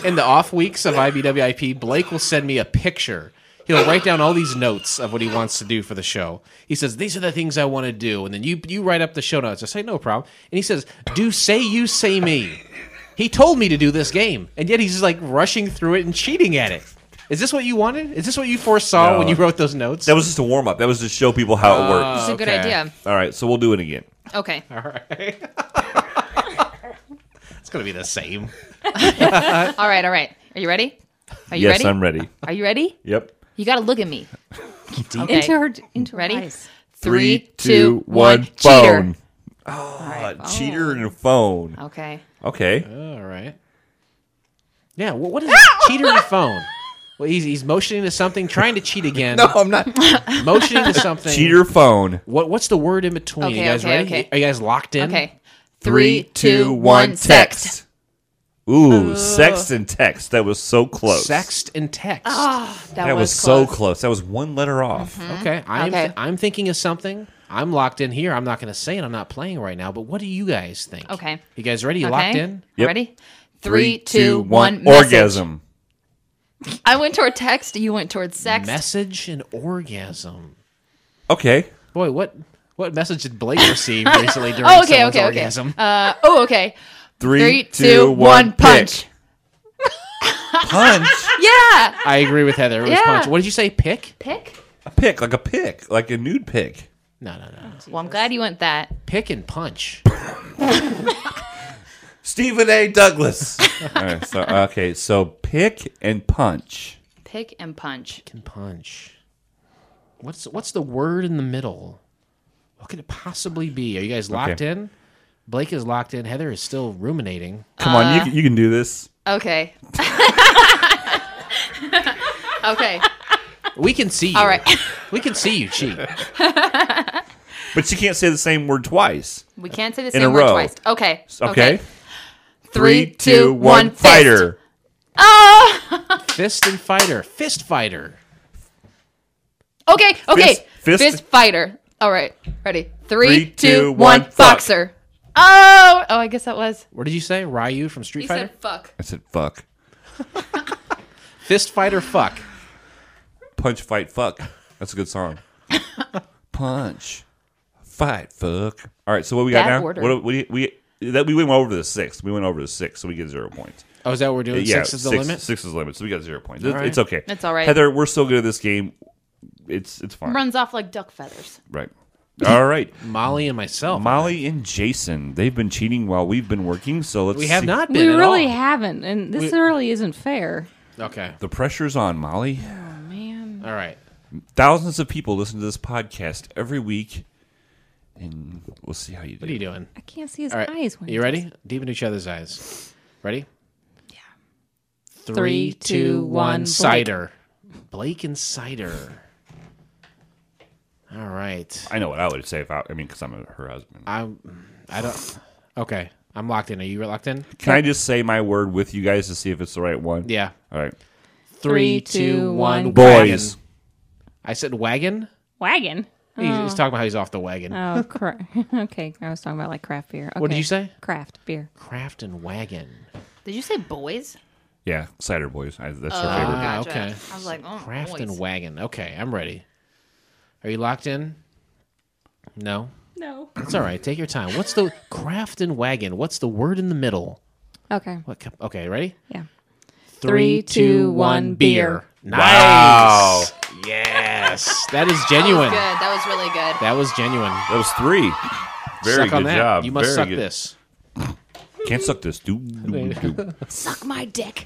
Speaker 2: in the off weeks of IBWIP, Blake will send me a picture. He'll write down all these notes of what he wants to do for the show. He says, "These are the things I want to do," and then you you write up the show notes. I say, "No problem." And he says, "Do say you say me." He told me to do this game, and yet he's just like rushing through it and cheating at it. Is this what you wanted? Is this what you foresaw
Speaker 3: No.
Speaker 2: when you wrote those notes?
Speaker 3: That was just a warm up. That was to show people how it
Speaker 5: It's
Speaker 3: works.
Speaker 5: a good
Speaker 2: okay.
Speaker 5: idea.
Speaker 3: All right, so we'll do it again.
Speaker 5: Okay.
Speaker 2: it's gonna be the same.
Speaker 5: All right. All right. Are you ready? Are you
Speaker 3: yes,
Speaker 5: ready?
Speaker 3: I'm
Speaker 5: [laughs]
Speaker 3: ready.
Speaker 5: Are you ready?
Speaker 3: Yep.
Speaker 5: You got to look at me. Okay.
Speaker 4: Into her. Into her
Speaker 5: Ready?
Speaker 4: eyes.
Speaker 5: Three, two, one.
Speaker 3: Phone.
Speaker 5: Cheater.
Speaker 3: Oh, cheater and phone.
Speaker 5: Okay.
Speaker 3: Okay.
Speaker 5: [laughs]
Speaker 2: All right. Yeah. Well, what is cheater and phone? Well, he's, he's motioning to something, trying to cheat
Speaker 5: [laughs]
Speaker 2: again.
Speaker 3: No, I'm not.
Speaker 2: Motioning to something.
Speaker 3: Cheater phone.
Speaker 2: What What's the word in between? you
Speaker 5: Okay,
Speaker 2: guys
Speaker 5: okay,
Speaker 2: ready?
Speaker 5: okay.
Speaker 2: Are you guys locked in?
Speaker 5: Okay.
Speaker 3: Three, two, one.
Speaker 5: Sex.
Speaker 3: Ooh, sext and text. That was so close.
Speaker 2: Sext and text.
Speaker 5: Ah, That,
Speaker 3: That was,
Speaker 5: was,
Speaker 3: so
Speaker 5: close. Mm-hmm.
Speaker 3: close. That was one letter off.
Speaker 2: Okay. I'm
Speaker 5: Okay.
Speaker 2: Th- I'm thinking of something. I'm locked in here. I'm not going to say it. I'm not playing right now. But what do you guys think?
Speaker 5: Okay.
Speaker 2: You guys ready? You
Speaker 5: Okay.
Speaker 2: locked in?
Speaker 3: Yep.
Speaker 5: Ready?
Speaker 3: Three,
Speaker 5: Three, two, one. message.
Speaker 3: Orgasm.
Speaker 5: I went toward text. You went toward sex.
Speaker 2: Message and orgasm.
Speaker 3: Okay.
Speaker 2: Boy, what what message did Blake
Speaker 5: [laughs]
Speaker 2: receive recently during
Speaker 5: Oh,
Speaker 2: someone's
Speaker 5: okay, okay, okay.
Speaker 2: orgasm? [laughs]
Speaker 5: Uh, oh, okay.
Speaker 3: Three,
Speaker 5: Three,
Speaker 3: two, one.
Speaker 5: punch.
Speaker 3: Punch.
Speaker 5: Yeah.
Speaker 2: I agree with Heather. It was
Speaker 5: Yeah.
Speaker 2: punch. What did you say? Pick?
Speaker 5: Pick.
Speaker 3: [laughs] A pick, like a pick, like a nude pick.
Speaker 2: No, no, no.
Speaker 5: Well, I'm glad you went that.
Speaker 2: Pick and punch.
Speaker 3: Stephen A. Douglas. [laughs] All right, so okay, so pick and punch.
Speaker 5: Pick and punch.
Speaker 2: Pick and punch. What's what's the word in the middle? What could it possibly be? Are you guys locked
Speaker 3: Okay.
Speaker 2: in? Blake is locked in. Heather is still ruminating.
Speaker 3: Come
Speaker 5: Uh,
Speaker 3: on, you can- you can do this.
Speaker 5: Okay. [laughs] okay.
Speaker 2: We can see you.
Speaker 5: All right. [laughs]
Speaker 2: We can see you cheat.
Speaker 3: But you can't say the same word twice.
Speaker 5: We can't say the
Speaker 3: In
Speaker 5: same
Speaker 3: a
Speaker 5: word
Speaker 3: row.
Speaker 5: twice. Okay.
Speaker 3: Okay.
Speaker 5: Three, two, one. fist.
Speaker 3: fighter.
Speaker 5: Oh.
Speaker 2: Fist and fighter. Fist fighter.
Speaker 5: Okay. Okay.
Speaker 3: Fist- fist-
Speaker 5: fighter. All right. Ready.
Speaker 3: Three,
Speaker 5: Three,
Speaker 3: two,
Speaker 5: two, one.
Speaker 3: one, fuck.
Speaker 5: Boxer. Oh. Oh, I guess that was.
Speaker 2: What did you say? Ryu from Street
Speaker 5: He
Speaker 2: Fighter?
Speaker 5: said fuck.
Speaker 3: I said fuck.
Speaker 2: Fist fighter fuck.
Speaker 3: Punch, fight, fuck. That's a good
Speaker 5: [laughs]
Speaker 3: song. Punch, fight, fuck. All right, so what we got
Speaker 5: That
Speaker 3: now?
Speaker 5: order.
Speaker 3: What we we that we went over to the six. We went over to six, so we get zero points.
Speaker 2: Oh, is that what we're doing?
Speaker 3: yeah,
Speaker 2: Six is the
Speaker 3: six,
Speaker 2: limit?
Speaker 3: Six is the limit. So we got zero points. It-
Speaker 2: right.
Speaker 3: It's okay.
Speaker 5: That's all right.
Speaker 3: Heather, we're so good at this game. It's it's fine.
Speaker 5: Runs off like duck feathers.
Speaker 3: Right. All right.
Speaker 2: Molly and myself.
Speaker 3: Molly and Jason, they've been cheating while we've been working, so let's
Speaker 2: we have
Speaker 3: see-
Speaker 2: not been
Speaker 4: We
Speaker 2: at
Speaker 4: really
Speaker 2: all.
Speaker 4: haven't, and this
Speaker 2: We-
Speaker 4: really isn't fair.
Speaker 2: Okay.
Speaker 3: The pressure's on, Molly.
Speaker 5: Man.
Speaker 2: All right.
Speaker 3: Thousands of people listen to this podcast every week, and we'll see how you do.
Speaker 2: What are you doing?
Speaker 4: I can't see his
Speaker 2: All right.
Speaker 4: eyes. When
Speaker 2: you ready? Deep in each other's eyes. Ready? Yeah.
Speaker 4: Three, two, one, Blake.
Speaker 2: Cider. Blake and cider. All right.
Speaker 3: I know what I would say if I, I mean, because I'm her husband.
Speaker 2: I'm. I don't. Okay. I'm locked in. Are you locked in?
Speaker 3: Can I just say my word with you guys to see if it's the right one?
Speaker 2: Yeah.
Speaker 3: All right.
Speaker 2: Three,
Speaker 4: Three,
Speaker 2: two,
Speaker 4: two,
Speaker 2: one.
Speaker 4: one,
Speaker 3: Boys.
Speaker 2: wagon. I said wagon.
Speaker 4: Wagon.
Speaker 2: He's,
Speaker 4: Uh-huh.
Speaker 2: he's talking about how he's off the wagon.
Speaker 4: Oh, cra- [laughs] okay. I was talking about like craft beer.
Speaker 2: What did
Speaker 4: Okay.
Speaker 2: you say?
Speaker 4: Craft beer.
Speaker 2: Craft and wagon.
Speaker 5: Did you say boys?
Speaker 3: Yeah, cider boys. I, that's her favorite.
Speaker 2: Ah,
Speaker 5: Gotcha.
Speaker 2: okay.
Speaker 5: I was like, oh,
Speaker 2: Craft and
Speaker 5: boys.
Speaker 2: wagon. Okay, I'm ready. Are you locked in? No.
Speaker 4: No.
Speaker 2: It's all right. Take your time. What's the craft and wagon? What's the word in the middle?
Speaker 4: Okay.
Speaker 2: What? co- Okay, ready?
Speaker 4: Yeah.
Speaker 2: Three,
Speaker 4: Three,
Speaker 2: two,
Speaker 4: two,
Speaker 2: one.
Speaker 4: one, beer.
Speaker 2: Nice.
Speaker 3: Wow. [laughs]
Speaker 2: Yes, that is
Speaker 5: That was
Speaker 2: genuine.
Speaker 5: good. That was really good.
Speaker 2: That was genuine.
Speaker 3: That was three. Very
Speaker 2: suck
Speaker 3: good
Speaker 2: on that.
Speaker 3: job.
Speaker 2: You must
Speaker 3: Very
Speaker 2: suck
Speaker 3: good.
Speaker 2: this.
Speaker 3: Can't suck this. Do, do, do.
Speaker 5: Suck my dick.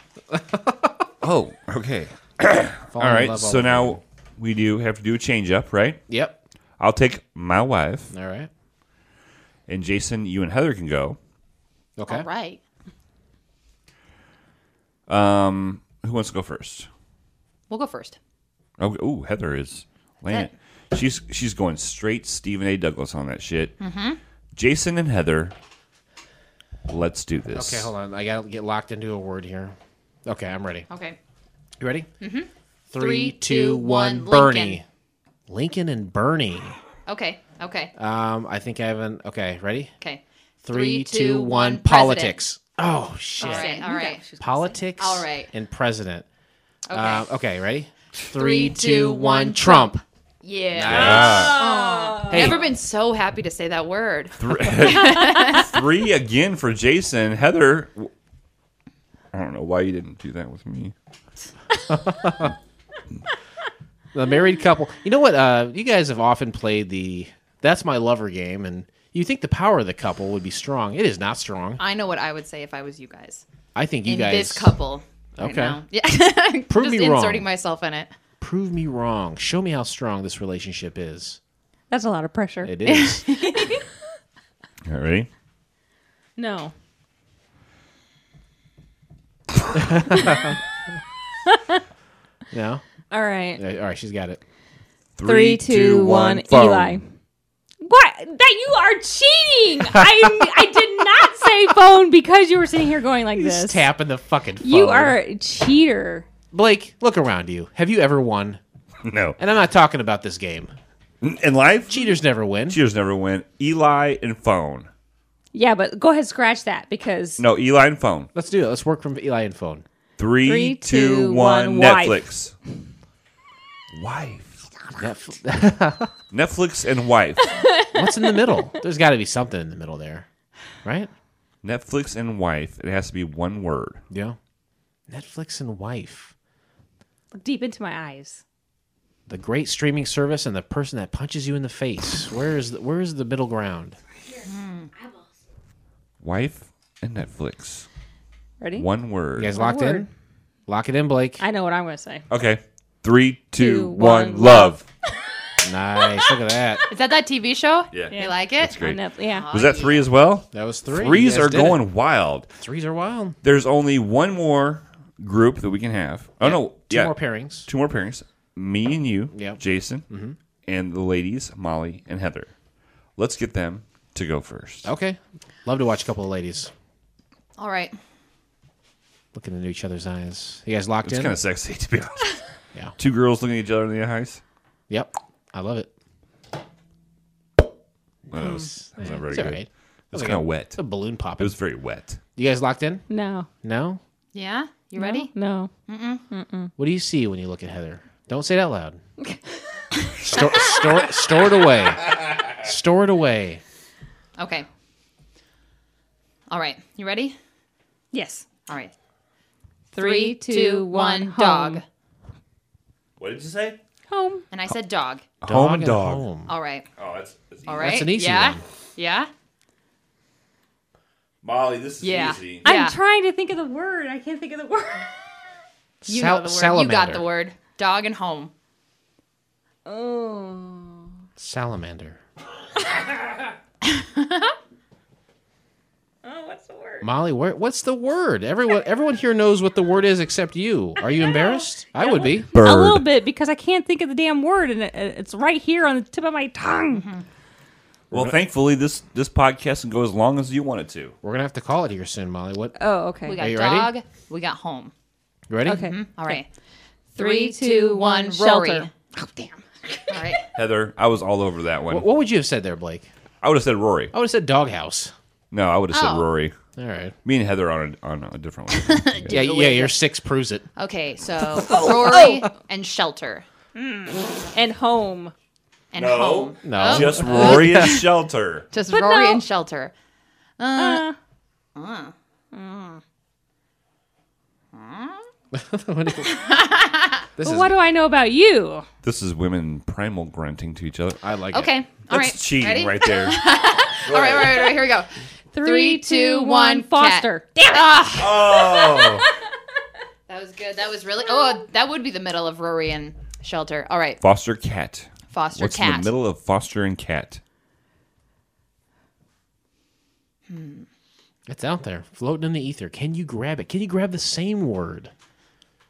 Speaker 3: Oh, okay.
Speaker 2: Fall
Speaker 3: All
Speaker 2: in
Speaker 3: right.
Speaker 2: love
Speaker 3: So
Speaker 2: all
Speaker 3: now
Speaker 2: over.
Speaker 3: we do have to do a change up, right?
Speaker 2: Yep.
Speaker 3: I'll take my wife,
Speaker 2: All right.
Speaker 3: and Jason, you and Heather can go.
Speaker 2: Okay.
Speaker 5: All right.
Speaker 3: Um, who wants to go first?
Speaker 5: We'll go first.
Speaker 3: Oh, ooh, Heather is laying it. She's she's going straight Stephen A. Douglas on that shit. Mm-hmm. Jason and Heather, let's do this.
Speaker 2: Okay, hold on. I gotta get locked into a word here. Okay, I'm ready.
Speaker 5: Okay.
Speaker 2: You ready? Mm-hmm.
Speaker 5: Three, two, one,
Speaker 2: Bernie. Lincoln and Bernie.
Speaker 5: Okay. Okay.
Speaker 2: Um, I think I haven't. Okay, ready?
Speaker 5: Okay.
Speaker 2: Three,
Speaker 5: Three,
Speaker 2: two,
Speaker 5: two,
Speaker 2: one.
Speaker 5: one,
Speaker 2: Politics. Oh shit!
Speaker 5: All right. All right.
Speaker 2: Politics.
Speaker 5: All right.
Speaker 2: And president.
Speaker 5: Okay.
Speaker 2: Uh, okay, ready? Three,
Speaker 5: Three,
Speaker 2: two,
Speaker 5: two,
Speaker 2: one.
Speaker 5: one,
Speaker 2: Trump.
Speaker 5: yeah. Oh.
Speaker 3: Ah,
Speaker 2: Hey,
Speaker 5: Never been so happy to say that word.
Speaker 3: three again for Jason. Heather, w- I don't know why you didn't do that with me.
Speaker 2: the married couple. You know what? Uh, you guys have often played the "That's My Lover" game, and you think the power of the couple would be strong. It is not strong.
Speaker 5: I know what I would say if I was you guys.
Speaker 2: I think you
Speaker 5: in
Speaker 2: guys
Speaker 5: this couple. Right
Speaker 2: Okay.
Speaker 5: Now. [laughs] Yeah. Just
Speaker 2: Prove me wrong.
Speaker 5: inserting myself in it.
Speaker 2: prove me wrong. Show me how strong this relationship is.
Speaker 4: That's a lot of pressure.
Speaker 2: It is.
Speaker 3: All right, ready?
Speaker 4: No.
Speaker 2: no.
Speaker 4: All right.
Speaker 2: Uh, All right, she's got it.
Speaker 4: Three, two, one.
Speaker 3: phone.
Speaker 4: Eli. What? That you are cheating! I I did not say phone because you were sitting here going like this.
Speaker 2: Just tapping the fucking. Phone.
Speaker 4: You are a cheater.
Speaker 2: Blake. Look around you. Have you ever won?
Speaker 3: No,
Speaker 2: And I'm not talking about this game.
Speaker 3: in life,
Speaker 2: Cheaters never win.
Speaker 3: cheaters never win. Eli and phone.
Speaker 4: Yeah, but go ahead, scratch that because
Speaker 3: No, Eli and phone.
Speaker 2: Let's do it. Let's work from Eli and phone.
Speaker 3: Three,
Speaker 4: Three,
Speaker 3: two,
Speaker 4: two,
Speaker 3: one.
Speaker 4: one, wife.
Speaker 3: Netflix. Wife.
Speaker 2: Netf-
Speaker 3: [laughs] Netflix and wife.
Speaker 2: What's in the middle? There's got to be something in the middle there, right?
Speaker 3: Netflix and wife. It has to be one word.
Speaker 2: Yeah. Netflix and wife.
Speaker 4: deep into my eyes.
Speaker 2: the great streaming service and the person that punches you in the face. Where is the, where is the middle ground?
Speaker 3: Wife and Netflix.
Speaker 4: Ready?
Speaker 3: One
Speaker 2: You
Speaker 3: word.
Speaker 2: guys locked
Speaker 4: word.
Speaker 2: in? Lock it in, Blake.
Speaker 4: I know what I'm going to say.
Speaker 3: Okay. Three, two,
Speaker 4: Two,
Speaker 3: one.
Speaker 4: one,
Speaker 3: Love.
Speaker 2: Nice. Look at that.
Speaker 5: Is that that TV show?
Speaker 3: Yeah.
Speaker 5: You like it?
Speaker 3: That's great.
Speaker 4: No, yeah.
Speaker 3: Was that three as well?
Speaker 2: That was three.
Speaker 3: Threes
Speaker 2: You guys
Speaker 3: are
Speaker 2: did it.
Speaker 3: going wild.
Speaker 2: Threes are wild.
Speaker 3: There's only one more group that we can have. Oh no,
Speaker 2: Two
Speaker 3: yeah,
Speaker 2: more pairings.
Speaker 3: two more pairings. Me and you,
Speaker 2: Yep. Mm-hmm.
Speaker 3: Jason, and the ladies, Molly and Heather. Let's get them to go first.
Speaker 2: Okay. Love to watch a couple of ladies
Speaker 5: All right.
Speaker 2: looking into each other's eyes. You guys locked
Speaker 3: It's
Speaker 2: in?
Speaker 3: kind of sexy to be honest.
Speaker 2: [laughs] Yeah.
Speaker 3: Two girls looking at each other in the eyes.
Speaker 2: Yep. I love it.
Speaker 3: No, that was, that was not very
Speaker 2: Mm. It's
Speaker 3: good.
Speaker 2: all right.
Speaker 3: It's
Speaker 2: That's
Speaker 3: kind of
Speaker 2: okay.
Speaker 3: wet.
Speaker 2: It's a balloon
Speaker 3: It
Speaker 2: popping.
Speaker 3: was very wet.
Speaker 2: you guys locked in?
Speaker 4: No.
Speaker 2: No?
Speaker 5: Yeah. You ready?
Speaker 4: No.
Speaker 2: What do you see when you look at Heather? Don't say it out loud. store, store, store it away. Store it away.
Speaker 5: Okay. All right. You ready?
Speaker 4: Yes.
Speaker 5: All right.
Speaker 4: Three,
Speaker 5: Three,
Speaker 4: two,
Speaker 5: two,
Speaker 4: one,
Speaker 5: one. dog.
Speaker 4: home.
Speaker 3: What did you say?
Speaker 4: Home.
Speaker 5: And I said dog.
Speaker 3: Home
Speaker 2: and
Speaker 3: dog.
Speaker 2: home.
Speaker 5: All right.
Speaker 3: Oh, that's, that's
Speaker 5: All
Speaker 3: easy.
Speaker 5: right.
Speaker 2: That's an easy
Speaker 5: yeah.
Speaker 2: one.
Speaker 5: Yeah.
Speaker 3: Molly, this is
Speaker 5: Yeah. Yeah.
Speaker 4: I'm trying to think of the word. I can't think of the word.
Speaker 5: You
Speaker 2: Sal-
Speaker 5: know the word.
Speaker 2: salamander.
Speaker 5: You got the word. Dog and home.
Speaker 4: Oh.
Speaker 2: Salamander.
Speaker 4: [laughs] Oh, what's the word?
Speaker 2: Molly, where, what's the word? Everyone, everyone here knows what the word is except you. Are you embarrassed? I would be.
Speaker 4: A little bit because I can't think of the damn word and it, it's right here on the tip of my tongue.
Speaker 5: Mm-hmm.
Speaker 3: Well, thankfully, this this podcast can go as long as you want it to.
Speaker 2: We're gonna have to call it here soon, Molly. What?
Speaker 4: Oh, okay.
Speaker 5: We
Speaker 2: Are
Speaker 5: got
Speaker 2: you
Speaker 5: dog.
Speaker 2: ready?
Speaker 5: We got home.
Speaker 2: You ready?
Speaker 4: okay.
Speaker 5: All right.
Speaker 4: Three,
Speaker 5: Three,
Speaker 4: two,
Speaker 5: two,
Speaker 4: one,
Speaker 5: one. Rory.
Speaker 4: shelter.
Speaker 5: Oh damn. All right.
Speaker 3: Heather, I was all over that one.
Speaker 2: What, what would you have said there, Blake?
Speaker 3: I would have said Rory.
Speaker 2: I would have said doghouse.
Speaker 3: No, I would have said
Speaker 5: Oh.
Speaker 3: Rory.
Speaker 2: All right.
Speaker 3: Me and Heather are on a, on a different
Speaker 2: [laughs]
Speaker 3: one.
Speaker 2: Yeah, yeah. Your six proves it.
Speaker 5: Okay. So Rory and shelter
Speaker 4: And home.
Speaker 5: and
Speaker 3: No.
Speaker 5: home.
Speaker 2: No.
Speaker 5: Oh,
Speaker 3: Just Rory and Shelter.
Speaker 5: just
Speaker 4: But
Speaker 5: Rory
Speaker 4: no.
Speaker 5: and shelter.
Speaker 4: Uh,
Speaker 2: This
Speaker 4: but
Speaker 2: is.
Speaker 4: what do I know about you?
Speaker 3: This is women primal grunting to each other.
Speaker 2: I like it.
Speaker 5: Okay. All
Speaker 3: That's
Speaker 5: right.
Speaker 3: cheating
Speaker 5: Ready?
Speaker 3: right there.
Speaker 5: [laughs] All right, all right, all right. Here
Speaker 2: [laughs]
Speaker 5: we go.
Speaker 4: Three, two, one. Foster.
Speaker 5: Damn it.
Speaker 3: oh,
Speaker 5: That was good. That was really. Oh, that would be the middle of Rory and Shelter. All right.
Speaker 3: foster cat.
Speaker 5: Foster
Speaker 3: What's
Speaker 5: cat.
Speaker 3: in the middle of foster and cat?
Speaker 2: It's out there, floating in the ether. Can you grab it? Can you grab the same word?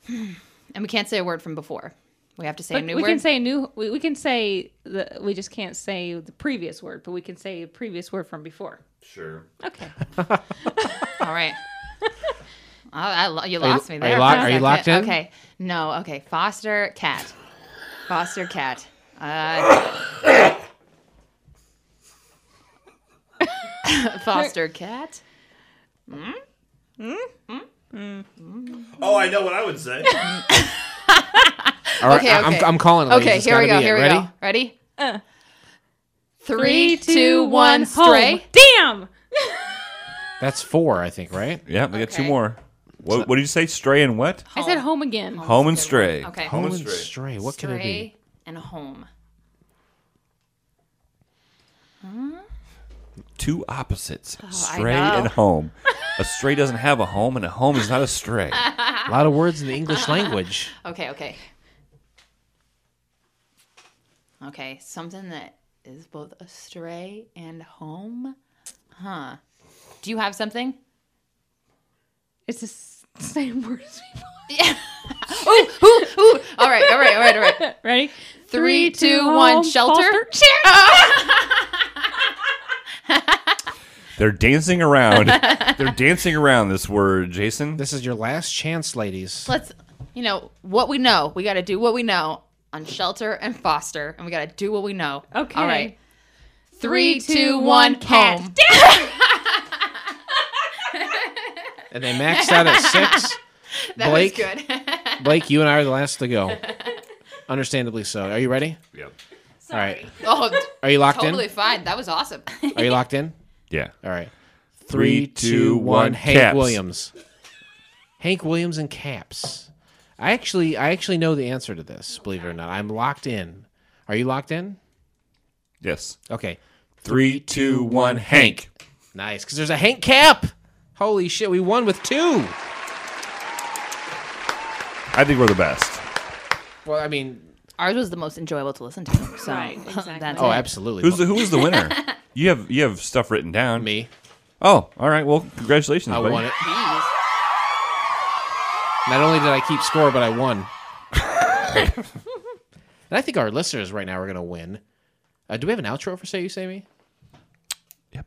Speaker 5: And we can't say a word from before. We have to say a
Speaker 4: But
Speaker 5: new
Speaker 4: we
Speaker 5: word.
Speaker 4: can say a new. We, we can say the. We just can't say the previous word, but we can say a previous word from before.
Speaker 3: Sure.
Speaker 4: Okay.
Speaker 5: all
Speaker 4: [laughs]
Speaker 5: right. Oh, I, lo- you
Speaker 2: you-
Speaker 5: lost
Speaker 2: are
Speaker 5: me
Speaker 2: you
Speaker 5: there.
Speaker 2: lock-
Speaker 5: for a
Speaker 2: are you
Speaker 5: second.
Speaker 2: locked in?
Speaker 5: Okay. No. Okay. Foster cat. Foster cat. Uh,
Speaker 2: [coughs]
Speaker 5: [laughs] foster cat.
Speaker 3: Oh, I know what I would say.
Speaker 2: All right,
Speaker 5: Okay,
Speaker 2: I- I'm,
Speaker 5: okay.
Speaker 2: I'm calling it. ladies.
Speaker 5: Okay.
Speaker 2: It's
Speaker 5: Here we
Speaker 2: gotta
Speaker 5: go.
Speaker 2: be it.
Speaker 5: Here we
Speaker 2: Ready?
Speaker 5: go. Ready?
Speaker 4: Three,
Speaker 5: Uh. Three, two, one.
Speaker 4: Home.
Speaker 5: Stray.
Speaker 4: Damn.
Speaker 2: That's four, I think. Right?
Speaker 3: yeah, we got two
Speaker 5: Okay.
Speaker 3: more. What, what did you say? Stray and what?
Speaker 4: I said home again.
Speaker 3: Home and stray.
Speaker 5: Okay.
Speaker 3: Home and
Speaker 2: Home and
Speaker 3: stray.
Speaker 2: stray. What could it be?
Speaker 5: Stray and home.
Speaker 3: Two opposites.
Speaker 5: Oh, I
Speaker 3: Stray
Speaker 5: know.
Speaker 3: and home. A stray doesn't have a home, and a home is not a
Speaker 5: [laughs]
Speaker 3: stray.
Speaker 2: A lot of words in the English language.
Speaker 5: Okay, okay. Okay, something that is both a stray and home. Huh. Do you have something?
Speaker 4: It's the s- same [laughs] word as
Speaker 5: All right, all right, all right, all right. [laughs]
Speaker 4: before. Ready?
Speaker 5: Three, two, one.
Speaker 4: home.
Speaker 5: Shelter.
Speaker 4: Foster.
Speaker 5: [laughs]
Speaker 3: They're dancing
Speaker 5: [laughs]
Speaker 3: around. They're dancing around this word, Jason.
Speaker 2: This is your last chance, ladies.
Speaker 5: Let's, you know, what we know. We got to do what we know on shelter and foster, and we got to do what we know.
Speaker 4: Okay.
Speaker 5: All right. Three, two, one.
Speaker 4: Cat.
Speaker 5: Home.
Speaker 2: And they maxed out at six.
Speaker 5: [laughs] That
Speaker 2: Blake,
Speaker 5: was good. [laughs]
Speaker 2: Blake, you and I are the last to go. Understandably so. Are you ready?
Speaker 3: Yep.
Speaker 2: All right.
Speaker 5: oh,
Speaker 2: Are you locked
Speaker 5: totally
Speaker 2: in?
Speaker 5: fine. That was awesome.
Speaker 2: Are you locked in?
Speaker 3: Yeah.
Speaker 2: All right.
Speaker 3: Three,
Speaker 2: Three, two, one.
Speaker 3: two, one,
Speaker 2: Hank
Speaker 3: Caps.
Speaker 2: Williams. Hank Williams and Caps. I actually, I actually know the answer to this. Believe it or not, I'm locked in. Are you locked in?
Speaker 3: Yes.
Speaker 2: Okay,
Speaker 3: Three, two, one, Hank.
Speaker 2: nice. Because there's a Hank Cap. Holy shit, we won with two.
Speaker 3: I think we're the best.
Speaker 2: Well, I mean,
Speaker 5: [laughs] Ours was the most enjoyable to listen to. So
Speaker 4: Right, exactly.
Speaker 5: [laughs] that's
Speaker 2: oh,
Speaker 5: it.
Speaker 2: absolutely.
Speaker 3: Who's the Who was the
Speaker 5: [laughs]
Speaker 3: winner? you have you have stuff written down.
Speaker 2: me?
Speaker 3: Oh, all right. Well, congratulations.
Speaker 2: I
Speaker 3: buddy.
Speaker 2: won it. Not only did I keep score, but I
Speaker 3: [laughs]
Speaker 2: won. and I think our listeners right now are going to win. Uh, do we have an outro for Say You Say Me?
Speaker 3: Yep.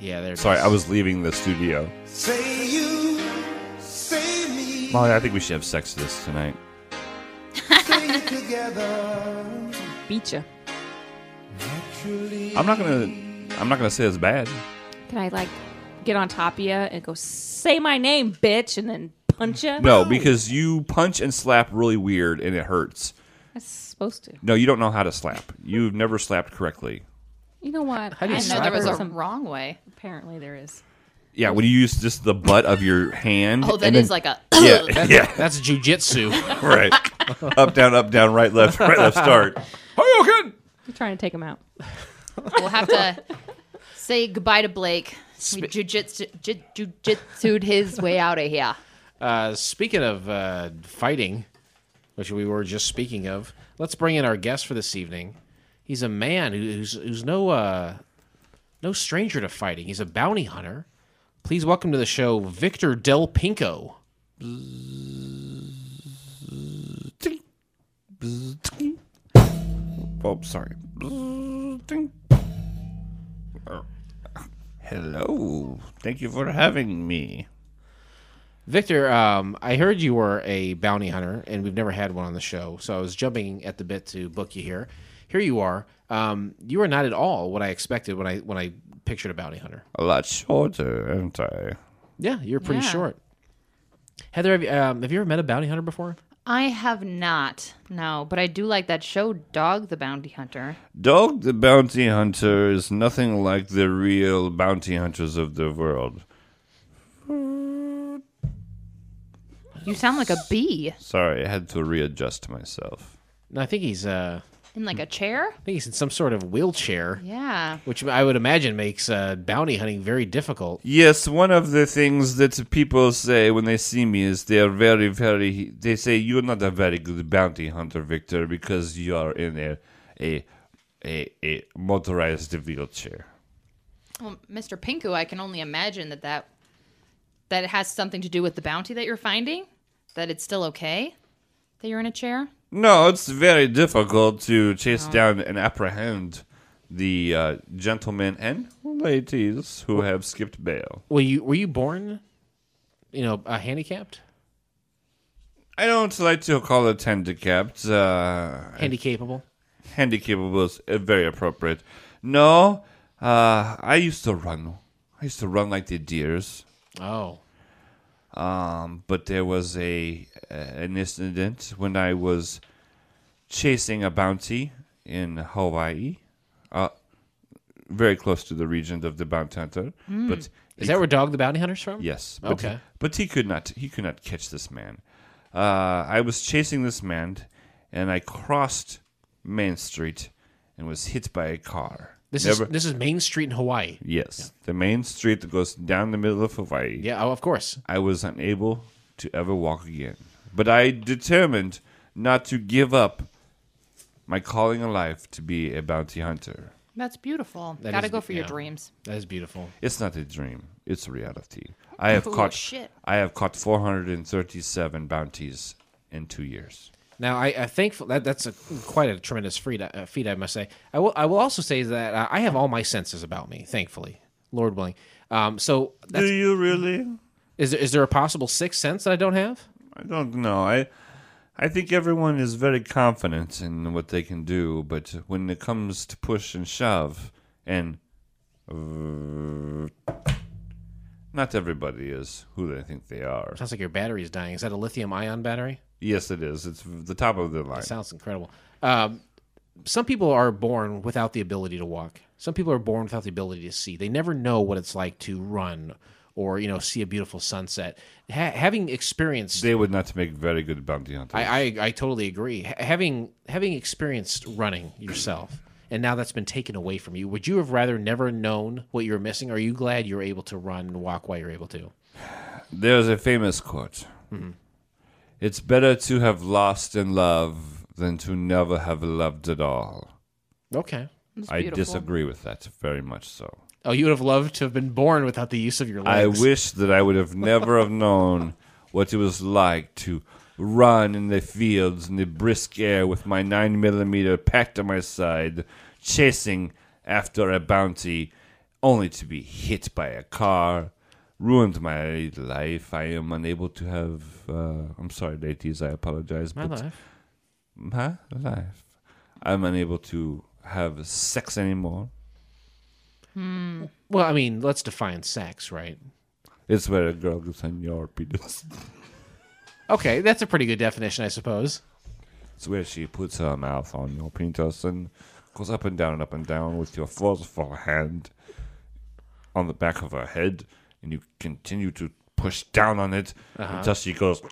Speaker 2: Yeah, there it
Speaker 3: Sorry,
Speaker 2: is.
Speaker 3: I was leaving the studio.
Speaker 6: [laughs] Say you, say me,
Speaker 3: Molly, I think we should have sex with this tonight.
Speaker 6: say it together.
Speaker 4: Beat you.
Speaker 6: Truly,
Speaker 3: I'm not gonna. I'm not gonna say it's bad.
Speaker 4: Can I like get on top of you and go say my name, bitch, and then punch you?
Speaker 3: No, because you punch and slap really weird and it hurts.
Speaker 4: I'm supposed to.
Speaker 3: No, you don't know how to slap. You've never slapped correctly.
Speaker 4: You know what?
Speaker 2: How do you
Speaker 5: I didn't know
Speaker 2: slap
Speaker 5: there was
Speaker 2: her?
Speaker 5: a wrong way.
Speaker 4: Apparently there is.
Speaker 3: Yeah, when you use just the butt of your hand.
Speaker 5: Oh, that
Speaker 3: and then-
Speaker 5: is like a.
Speaker 3: Yeah, [laughs] yeah,
Speaker 2: That's jujitsu.
Speaker 3: right. up, down, up, down, right, left, right, left, start.
Speaker 4: You're trying to take him out.
Speaker 5: We'll have to say goodbye to Blake. We jujitsu ju- jujitsu'd his way out of here.
Speaker 2: uh, speaking of uh, fighting, which we were just speaking of, let's bring in our guest for this evening. He's a man who- who's who's no uh, no stranger to fighting. He's a bounty hunter. Please welcome to the show Victor Del Pinco.
Speaker 3: Oh, sorry. Hello. Thank you for having me.
Speaker 2: Victor, um, I heard you were a bounty hunter, and we've never had one on the show, so I was jumping at the bit to book you here. Here you are. Um, you are not at all what I expected when I when I pictured a bounty hunter.
Speaker 3: A lot shorter, aren't I?
Speaker 2: Yeah, you're pretty
Speaker 5: Yeah.
Speaker 2: short. Heather, have you, um, have you ever met a bounty hunter before?
Speaker 5: I have not, no, but I do like that show, Dog the Bounty Hunter.
Speaker 3: Dog the Bounty Hunter is nothing like the real bounty hunters of the world.
Speaker 5: You sound like a bee
Speaker 3: Sorry, I had to readjust myself.
Speaker 2: No, I think he's uh,
Speaker 5: in
Speaker 3: Hmm.
Speaker 5: like a chair.
Speaker 2: I think he's in some sort of wheelchair,
Speaker 5: Yeah.
Speaker 2: which I would imagine makes uh, bounty hunting very difficult.
Speaker 3: Yes, one of the things that people say when they see me is they are very, very. They say you're not a very good bounty hunter, Victor, because you are in a a a, a motorized wheelchair.
Speaker 5: Well, Mr. Pinku, I can only imagine that that that it has something to do with the bounty that you're finding. That it's still okay that you're in a chair.
Speaker 3: No, it's very difficult to chase down and apprehend the uh, gentlemen and ladies who have skipped bail.
Speaker 2: Were you were you born, you know, uh, handicapped?
Speaker 3: I don't like to call it handicapped. Uh,
Speaker 2: Handicapable?
Speaker 3: handicapable was uh, very appropriate. No, uh, I used to run. I used to run like the deers.
Speaker 2: Oh,
Speaker 3: Um, but there was a uh, an incident when I was chasing a bounty in Hawaii, uh, very close to the region of the bounty hunter. But
Speaker 2: is that where Dog the Bounty Hunter's from?
Speaker 3: Yes. But
Speaker 2: Okay.
Speaker 3: He, but he could not. He could not catch this man. Uh, I was chasing this man, and I crossed Main Street, and was hit by a car.
Speaker 2: This
Speaker 3: Never-
Speaker 2: is this is Main Street in Hawaii.
Speaker 3: yes, the main street that goes down the middle of Hawaii.
Speaker 2: Yeah, oh, of course.
Speaker 3: I was unable to ever walk again. But I determined not to give up my calling in life to be a bounty hunter.
Speaker 5: That's beautiful.
Speaker 2: That
Speaker 5: Gotta
Speaker 2: is-
Speaker 5: go for your
Speaker 2: yeah.
Speaker 5: dreams.
Speaker 2: That is beautiful.
Speaker 3: It's not a dream. It's reality. I have
Speaker 5: [laughs] Oh,
Speaker 3: caught
Speaker 5: shit.
Speaker 3: I have caught 437 bounties in 2 years.
Speaker 2: Now, I, I thankful that that's a quite a tremendous feat, uh, feat, I must say. I will I will also say that uh, I have all my senses about me, thankfully, Lord willing. Um, so that's,
Speaker 3: Do you really?
Speaker 2: is there, is there a possible sixth sense that I don't have?
Speaker 3: I don't know. I I think everyone is very confident in what they can do, but when it comes to push and shove and uh, not everybody is who they think they are.
Speaker 2: Sounds like your battery's dying. Is that a lithium ion battery?
Speaker 3: Yes, it is. It's the top of the line.
Speaker 2: Sounds incredible. Um, some people are born without the ability to walk. Some people are born without the ability to see. They never know what it's like to run or you know see a beautiful sunset. Ha- having experienced
Speaker 3: They would not make very good bounty hunters.
Speaker 2: I, I I totally agree. H- having having experienced running yourself, and now that's been taken away from you, would you have rather never known what you were missing? Or are you glad you're able to run and walk while you're able to?
Speaker 3: There's a famous quote. It's better to have lost in love than to never have loved at all.
Speaker 2: Okay.
Speaker 3: I disagree with that very much so.
Speaker 2: Oh, you would have loved to have been born without the use of your
Speaker 3: I
Speaker 2: legs.
Speaker 3: wish that I would have never have known what it was like to run in the fields in the brisk air with my nine millimeter packed to my side, chasing after a bounty, only to be hit by a car. Ruined my life. I am unable to have. Uh, I'm sorry, ladies. I apologize.
Speaker 2: My
Speaker 3: but
Speaker 2: life.
Speaker 3: my life. I'm unable to have sex anymore.
Speaker 2: Well, I mean, let's define sex, right?
Speaker 3: It's where a girl gets on your penis.
Speaker 2: Okay, that's a pretty good definition, I suppose.
Speaker 3: It's where she puts her mouth on your penis and goes up and down and up and down with your forceful hand on the back of her head, and you continue to push down on it until she goes.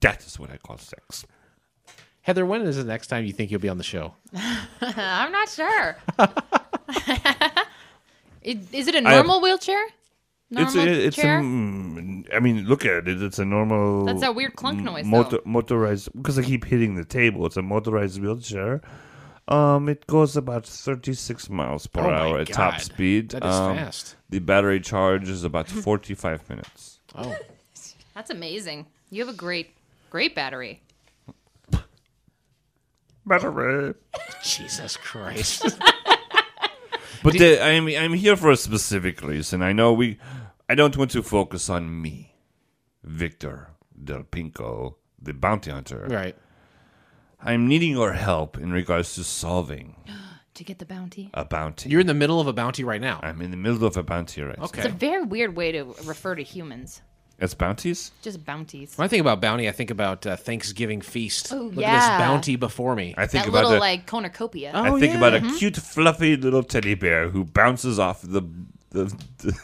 Speaker 3: That is what I call sex.
Speaker 2: Heather, when is the next time you think you'll be on the show?
Speaker 5: Uh, I'm
Speaker 3: [laughs]
Speaker 5: not sure. It- Is it a normal wheelchair? Normal
Speaker 3: it's
Speaker 5: chair?
Speaker 3: um, I mean, look at it. It's a normal.
Speaker 5: That's that weird clunk noise.
Speaker 3: motor,
Speaker 5: though.
Speaker 3: motorized because I keep hitting the table. It's a motorized wheelchair. Um, it goes about 36 miles per
Speaker 2: Oh my
Speaker 3: hour at top
Speaker 2: God.
Speaker 3: speed.
Speaker 2: That is
Speaker 3: Um,
Speaker 2: fast.
Speaker 3: The battery charge is
Speaker 2: [laughs]
Speaker 3: about 45 minutes.
Speaker 2: Oh,
Speaker 5: That's amazing. You have a great, great battery.
Speaker 3: Battery.
Speaker 2: Jesus Christ.
Speaker 3: But the, I'm I'm here for a specific reason. I know we. I don't want to focus on me, Victor Del Pinco, the bounty hunter.
Speaker 2: [laughs] right.
Speaker 3: I'm needing your help in regards to solving
Speaker 5: To get the bounty.
Speaker 3: a bounty.
Speaker 2: You're in the middle of a bounty right now.
Speaker 3: I'm in the middle of a bounty right
Speaker 2: Okay.
Speaker 5: It's a very weird way to refer to humans.
Speaker 3: As bounties?
Speaker 5: Just bounties.
Speaker 2: When I think about bounty, I think about uh, Thanksgiving feast.
Speaker 5: Oh,
Speaker 2: Look at
Speaker 5: yeah.
Speaker 2: this bounty before me.
Speaker 3: I think
Speaker 5: that
Speaker 3: about Oh,
Speaker 5: little
Speaker 3: the,
Speaker 5: like cornucopia.
Speaker 4: Oh,
Speaker 3: I think about a cute, fluffy little teddy bear who bounces off the the, the,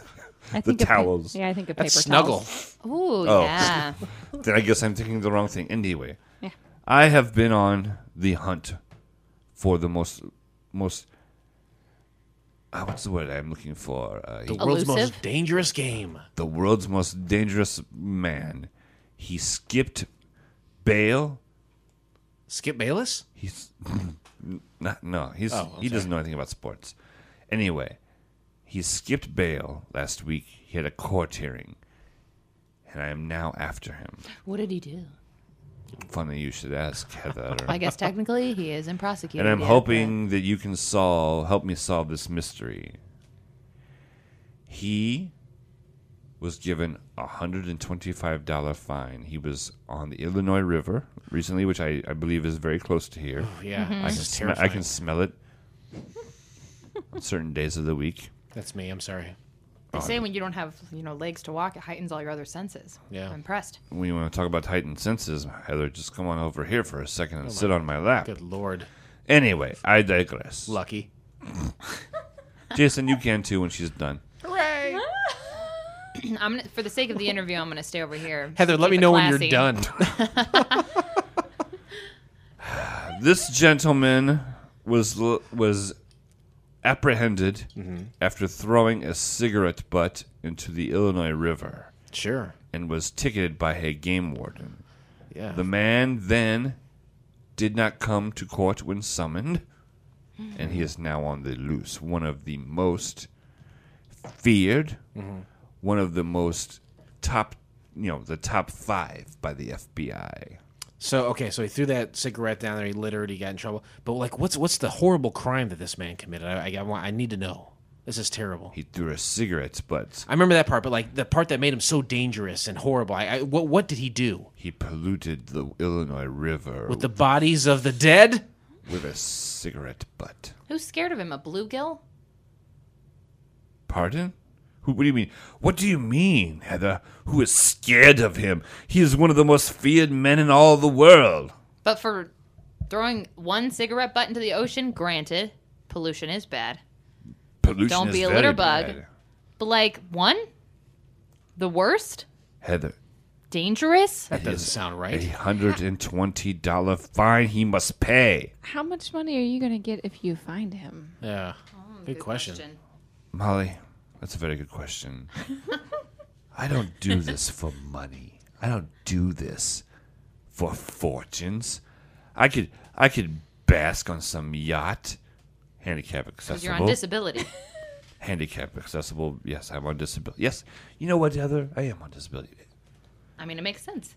Speaker 4: I
Speaker 3: the
Speaker 4: think of pa-
Speaker 3: towels.
Speaker 4: yeah, I think of
Speaker 2: That's
Speaker 4: paper
Speaker 2: snuggle.
Speaker 4: towels.
Speaker 5: Ooh,
Speaker 3: Oh.
Speaker 5: yeah.
Speaker 3: Then I guess I'm thinking the wrong thing. Anyway,
Speaker 4: Yeah.
Speaker 3: I have been on the hunt for the most most. Uh, what's the word I'm looking for? Uh, he-
Speaker 2: The world's most
Speaker 5: Elusive.
Speaker 2: dangerous game.
Speaker 3: the world's most dangerous man. He skipped bail.
Speaker 2: Skip Bayless?
Speaker 3: He's [laughs] not, no, he's
Speaker 2: Oh, I'm
Speaker 3: he doesn't know anything about sports. Anyway, he skipped bail last week. He had a court hearing, and I am now after him.
Speaker 5: What did he do?
Speaker 3: Funny you should ask, Heather.
Speaker 5: I guess technically he is in prosecuted.
Speaker 3: and I'm
Speaker 5: yeah,
Speaker 3: hoping that you can solve, help me solve this mystery. He was given a hundred and twenty-five dollar fine. He was on the Illinois River recently, which I, I believe is very close to here.
Speaker 2: Oh, Yeah.
Speaker 5: Mm-hmm.
Speaker 3: I
Speaker 2: This
Speaker 3: can,
Speaker 2: is
Speaker 3: sm- I
Speaker 2: terrifying.
Speaker 3: can smell it on certain days of the week.
Speaker 2: That's me. I'm sorry.
Speaker 5: but They say when you don't have you know legs to walk, it heightens all your other senses.
Speaker 2: Yeah.
Speaker 5: I'm impressed. [clears throat]
Speaker 3: When you want to talk about heightened senses, Heather, just come on over here for a second and sit on my lap.
Speaker 2: Oh Good Lord.
Speaker 3: Anyway, I digress.
Speaker 2: Lucky.
Speaker 3: Jason, you can too when she's done.
Speaker 5: I'm gonna, for the sake of the interview, I'm gonna stay over here.
Speaker 2: Heather, let
Speaker 5: Keep
Speaker 2: me
Speaker 5: it
Speaker 2: know when you're
Speaker 5: classy. [laughs]
Speaker 2: done.
Speaker 3: This gentleman was l- was apprehended
Speaker 2: Mm-hmm.
Speaker 3: after throwing a cigarette butt into the Illinois River
Speaker 2: sure.
Speaker 3: and was ticketed by a game warden.
Speaker 2: Yeah.
Speaker 3: The man then did not come to court when summoned, and he is now on the loose. One of the most feared, one of the most top, you know, the top five by the FBI.
Speaker 2: so okay, so he threw that cigarette down there. He littered. He got in trouble. But like, what's what's the horrible crime that this man committed? I I, I, want, I need to know. This is terrible.
Speaker 3: He threw a cigarette, but
Speaker 2: I remember that part, but like the part that made him so dangerous and horrible. I, I what what did he do
Speaker 3: he polluted the Illinois River
Speaker 2: with the bodies of the dead?
Speaker 3: with a cigarette butt.
Speaker 5: Who's scared of him? A bluegill?
Speaker 3: Pardon? Who, what do you mean? What do you mean, Heather? Who is scared of him? He is one of the most feared men in all the world.
Speaker 5: But for throwing one cigarette butt into the ocean, granted, pollution is bad.
Speaker 3: Pollution
Speaker 5: Don't
Speaker 3: is
Speaker 5: be a
Speaker 3: very
Speaker 5: litter bug.
Speaker 3: bad.
Speaker 5: But like one, the worst,
Speaker 3: Heather,
Speaker 5: dangerous.
Speaker 2: That doesn't sound
Speaker 3: a
Speaker 2: right.
Speaker 3: hundred and twenty dollar fine he must pay.
Speaker 8: How much money are you going to get if you find him?
Speaker 2: Yeah. Good question.
Speaker 3: Molly, that's a very good
Speaker 5: [laughs]
Speaker 3: question. I don't do this for money. I don't do this for fortunes. I could I could bask on some yacht, handicap accessible.
Speaker 5: Because you're on disability.
Speaker 3: handicap accessible. Yes, I'm on disability. Yes, you know what, Heather? I am on disability.
Speaker 5: I mean, it makes sense.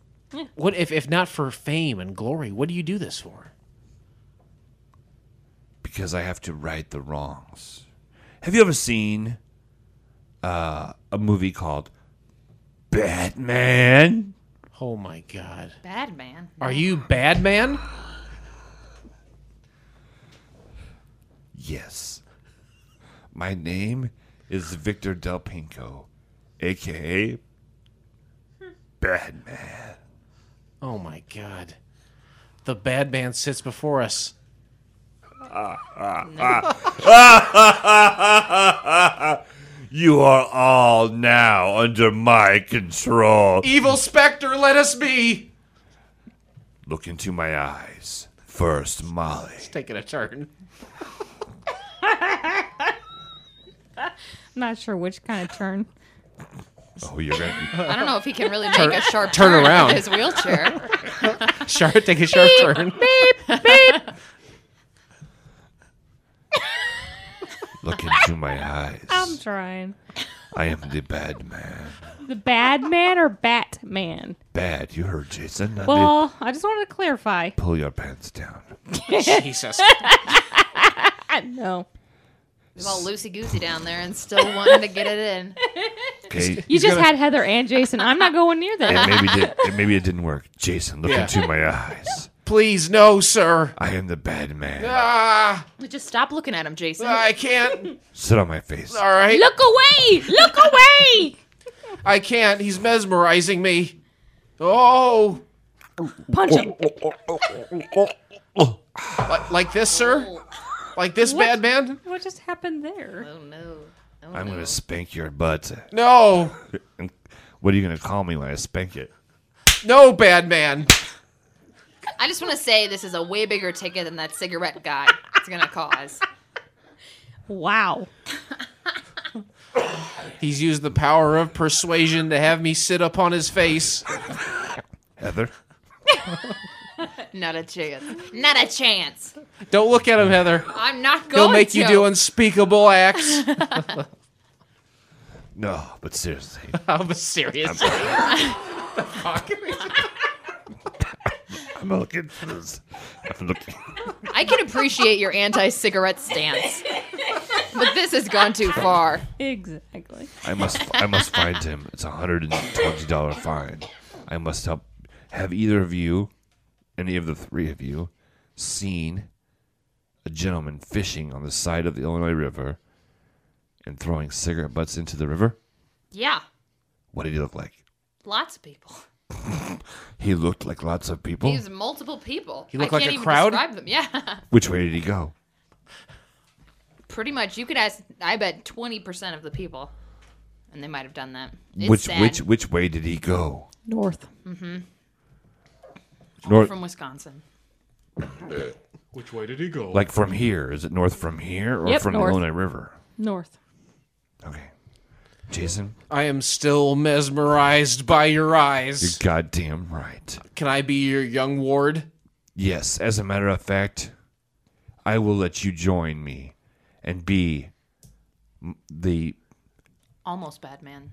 Speaker 2: What if if not for fame and glory, what do you do this for?
Speaker 3: because I have to right the wrongs. Have you ever seen uh, a movie called Batman?
Speaker 2: Oh my god.
Speaker 5: Bad man.
Speaker 2: Are you bad man?
Speaker 3: Yes. My name is Victor Del Pinco, aka Batman.
Speaker 2: Oh my god. The bad man sits before us.
Speaker 3: You are all now under my control.
Speaker 2: Evil specter, let us be.
Speaker 3: Look into my eyes. First, Molly.
Speaker 2: Taking a turn.
Speaker 4: I'm not sure which kind of turn. [laughs]
Speaker 3: Oh, you're gonna
Speaker 5: I don't know if he can really make a sharp
Speaker 2: turn
Speaker 5: turn, with
Speaker 2: around.
Speaker 5: his
Speaker 2: [laughs]
Speaker 5: wheelchair.
Speaker 2: Sharp, take a sharp turn.
Speaker 3: [laughs] look into my eyes.
Speaker 4: I'm trying.
Speaker 3: I am the bad man.
Speaker 4: The bad man or Batman?
Speaker 3: Bad, you heard Jason. I did-
Speaker 4: Well, I just wanted to clarify.
Speaker 3: pull your pants down.
Speaker 2: Jesus.
Speaker 4: No.
Speaker 5: He's all loosey goosey down there and still wanting to get it in.
Speaker 3: Okay.
Speaker 4: You just had Heather and Jason. I'm not going near
Speaker 3: [laughs] and
Speaker 4: that.
Speaker 3: maybe did, and maybe it didn't work. Jason, look
Speaker 2: Yeah.
Speaker 3: into my eyes.
Speaker 2: Please, no, sir.
Speaker 3: I am the bad man.
Speaker 2: Ah,
Speaker 5: [laughs] Just stop looking at him, Jason.
Speaker 2: I can't.
Speaker 3: Sit on my face.
Speaker 2: All right.
Speaker 4: [laughs] Look away! Look away!
Speaker 2: I can't. He's mesmerizing me. Oh.
Speaker 4: Punch him.
Speaker 2: Like, like this, sir? Like this, bad man?
Speaker 4: What just happened there?
Speaker 5: Oh no. Oh,
Speaker 3: I'm
Speaker 5: no.
Speaker 3: gonna spank your butt.
Speaker 2: No.
Speaker 3: And What are you gonna call me when I spank it?
Speaker 2: No, bad man.
Speaker 5: I just want to say this is a way bigger ticket than that cigarette guy. It's gonna cause.
Speaker 4: Wow.
Speaker 2: He's used the power of persuasion to have me sit up on his face.
Speaker 3: Heather,
Speaker 5: Not a chance. Not a chance.
Speaker 2: Don't look at him, Heather.
Speaker 5: I'm not going.
Speaker 2: He'll make
Speaker 5: to.
Speaker 2: you do unspeakable
Speaker 4: [laughs]
Speaker 2: acts.
Speaker 3: no, but seriously,
Speaker 2: I'm
Speaker 4: [laughs]
Speaker 2: serious.
Speaker 3: I'm looking for this. I'm looking.
Speaker 5: I can appreciate your anti-cigarette stance, but this has gone too far.
Speaker 4: Exactly.
Speaker 3: I must. I must find him. It's a hundred and twenty dollar fine. I must help. Have either of you, any of the three of you, seen a gentleman fishing on the side of the Illinois River and throwing cigarette butts into the river?
Speaker 5: Yeah,
Speaker 3: What did he look like?
Speaker 5: lots of people.
Speaker 3: He looked like lots of people.
Speaker 5: These multiple people. He
Speaker 2: looked
Speaker 5: I
Speaker 2: like
Speaker 5: can't
Speaker 2: a
Speaker 5: even
Speaker 2: crowd?
Speaker 5: Describe them. Yeah,
Speaker 3: Which way did he go?
Speaker 5: pretty much. You could ask. I bet twenty percent of the people, and they might have done that. It's
Speaker 3: which
Speaker 5: sad.
Speaker 3: which which way did he go?
Speaker 8: North.
Speaker 3: North,
Speaker 5: from Wisconsin.
Speaker 3: like from here? Is it north from here or
Speaker 8: Yep,
Speaker 3: from
Speaker 8: north.
Speaker 3: the Illinois River?
Speaker 8: North.
Speaker 3: Okay, Jason,
Speaker 2: I am still mesmerized by your
Speaker 3: you're
Speaker 2: eyes.
Speaker 3: goddamn right.
Speaker 2: Can I be your young ward?
Speaker 3: Yes, as a matter of fact, I will let you join me and be m- the
Speaker 5: Almost bad man.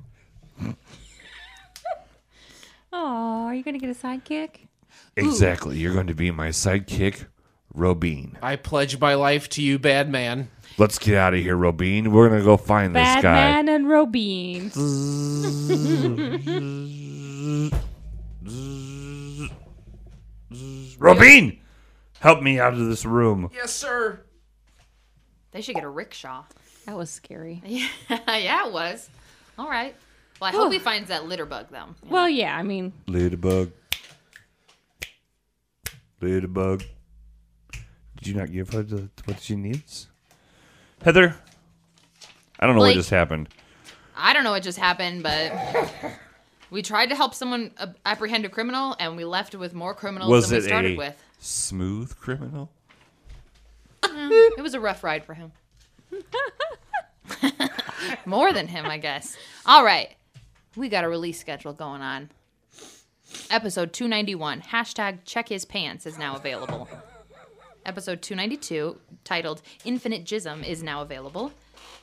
Speaker 4: Oh, are you gonna get a sidekick?
Speaker 3: exactly. You're going to be my sidekick, Robin.
Speaker 2: I pledge my life to you, bad man.
Speaker 3: Let's get out of here, Robin. We're gonna go find this guy.
Speaker 4: Batman and Robin.
Speaker 3: Robin, help me out of this room.
Speaker 2: Yes, sir.
Speaker 5: They should get a rickshaw. [laughs]
Speaker 8: That was scary.
Speaker 5: yeah, it was. All right. Well, I hope he finds that litter bug though.
Speaker 4: Well, yeah, I mean,
Speaker 3: Ladybug. Ladybug. Did you not give her the, what she needs? Heather, I don't know
Speaker 5: Blake.
Speaker 3: what just happened.
Speaker 5: I don't know what just happened, but we tried to help someone uh, apprehend a criminal, and we left with more criminals
Speaker 3: Was
Speaker 5: than
Speaker 3: it
Speaker 5: we started
Speaker 3: a
Speaker 5: with.
Speaker 3: smooth criminal?
Speaker 5: It was a rough ride for him. [laughs] More than him, I guess. All right. We got a release schedule going on. Episode 291, hashtag check his pants, is now available. Episode 292, titled Infinite Jism, is now available.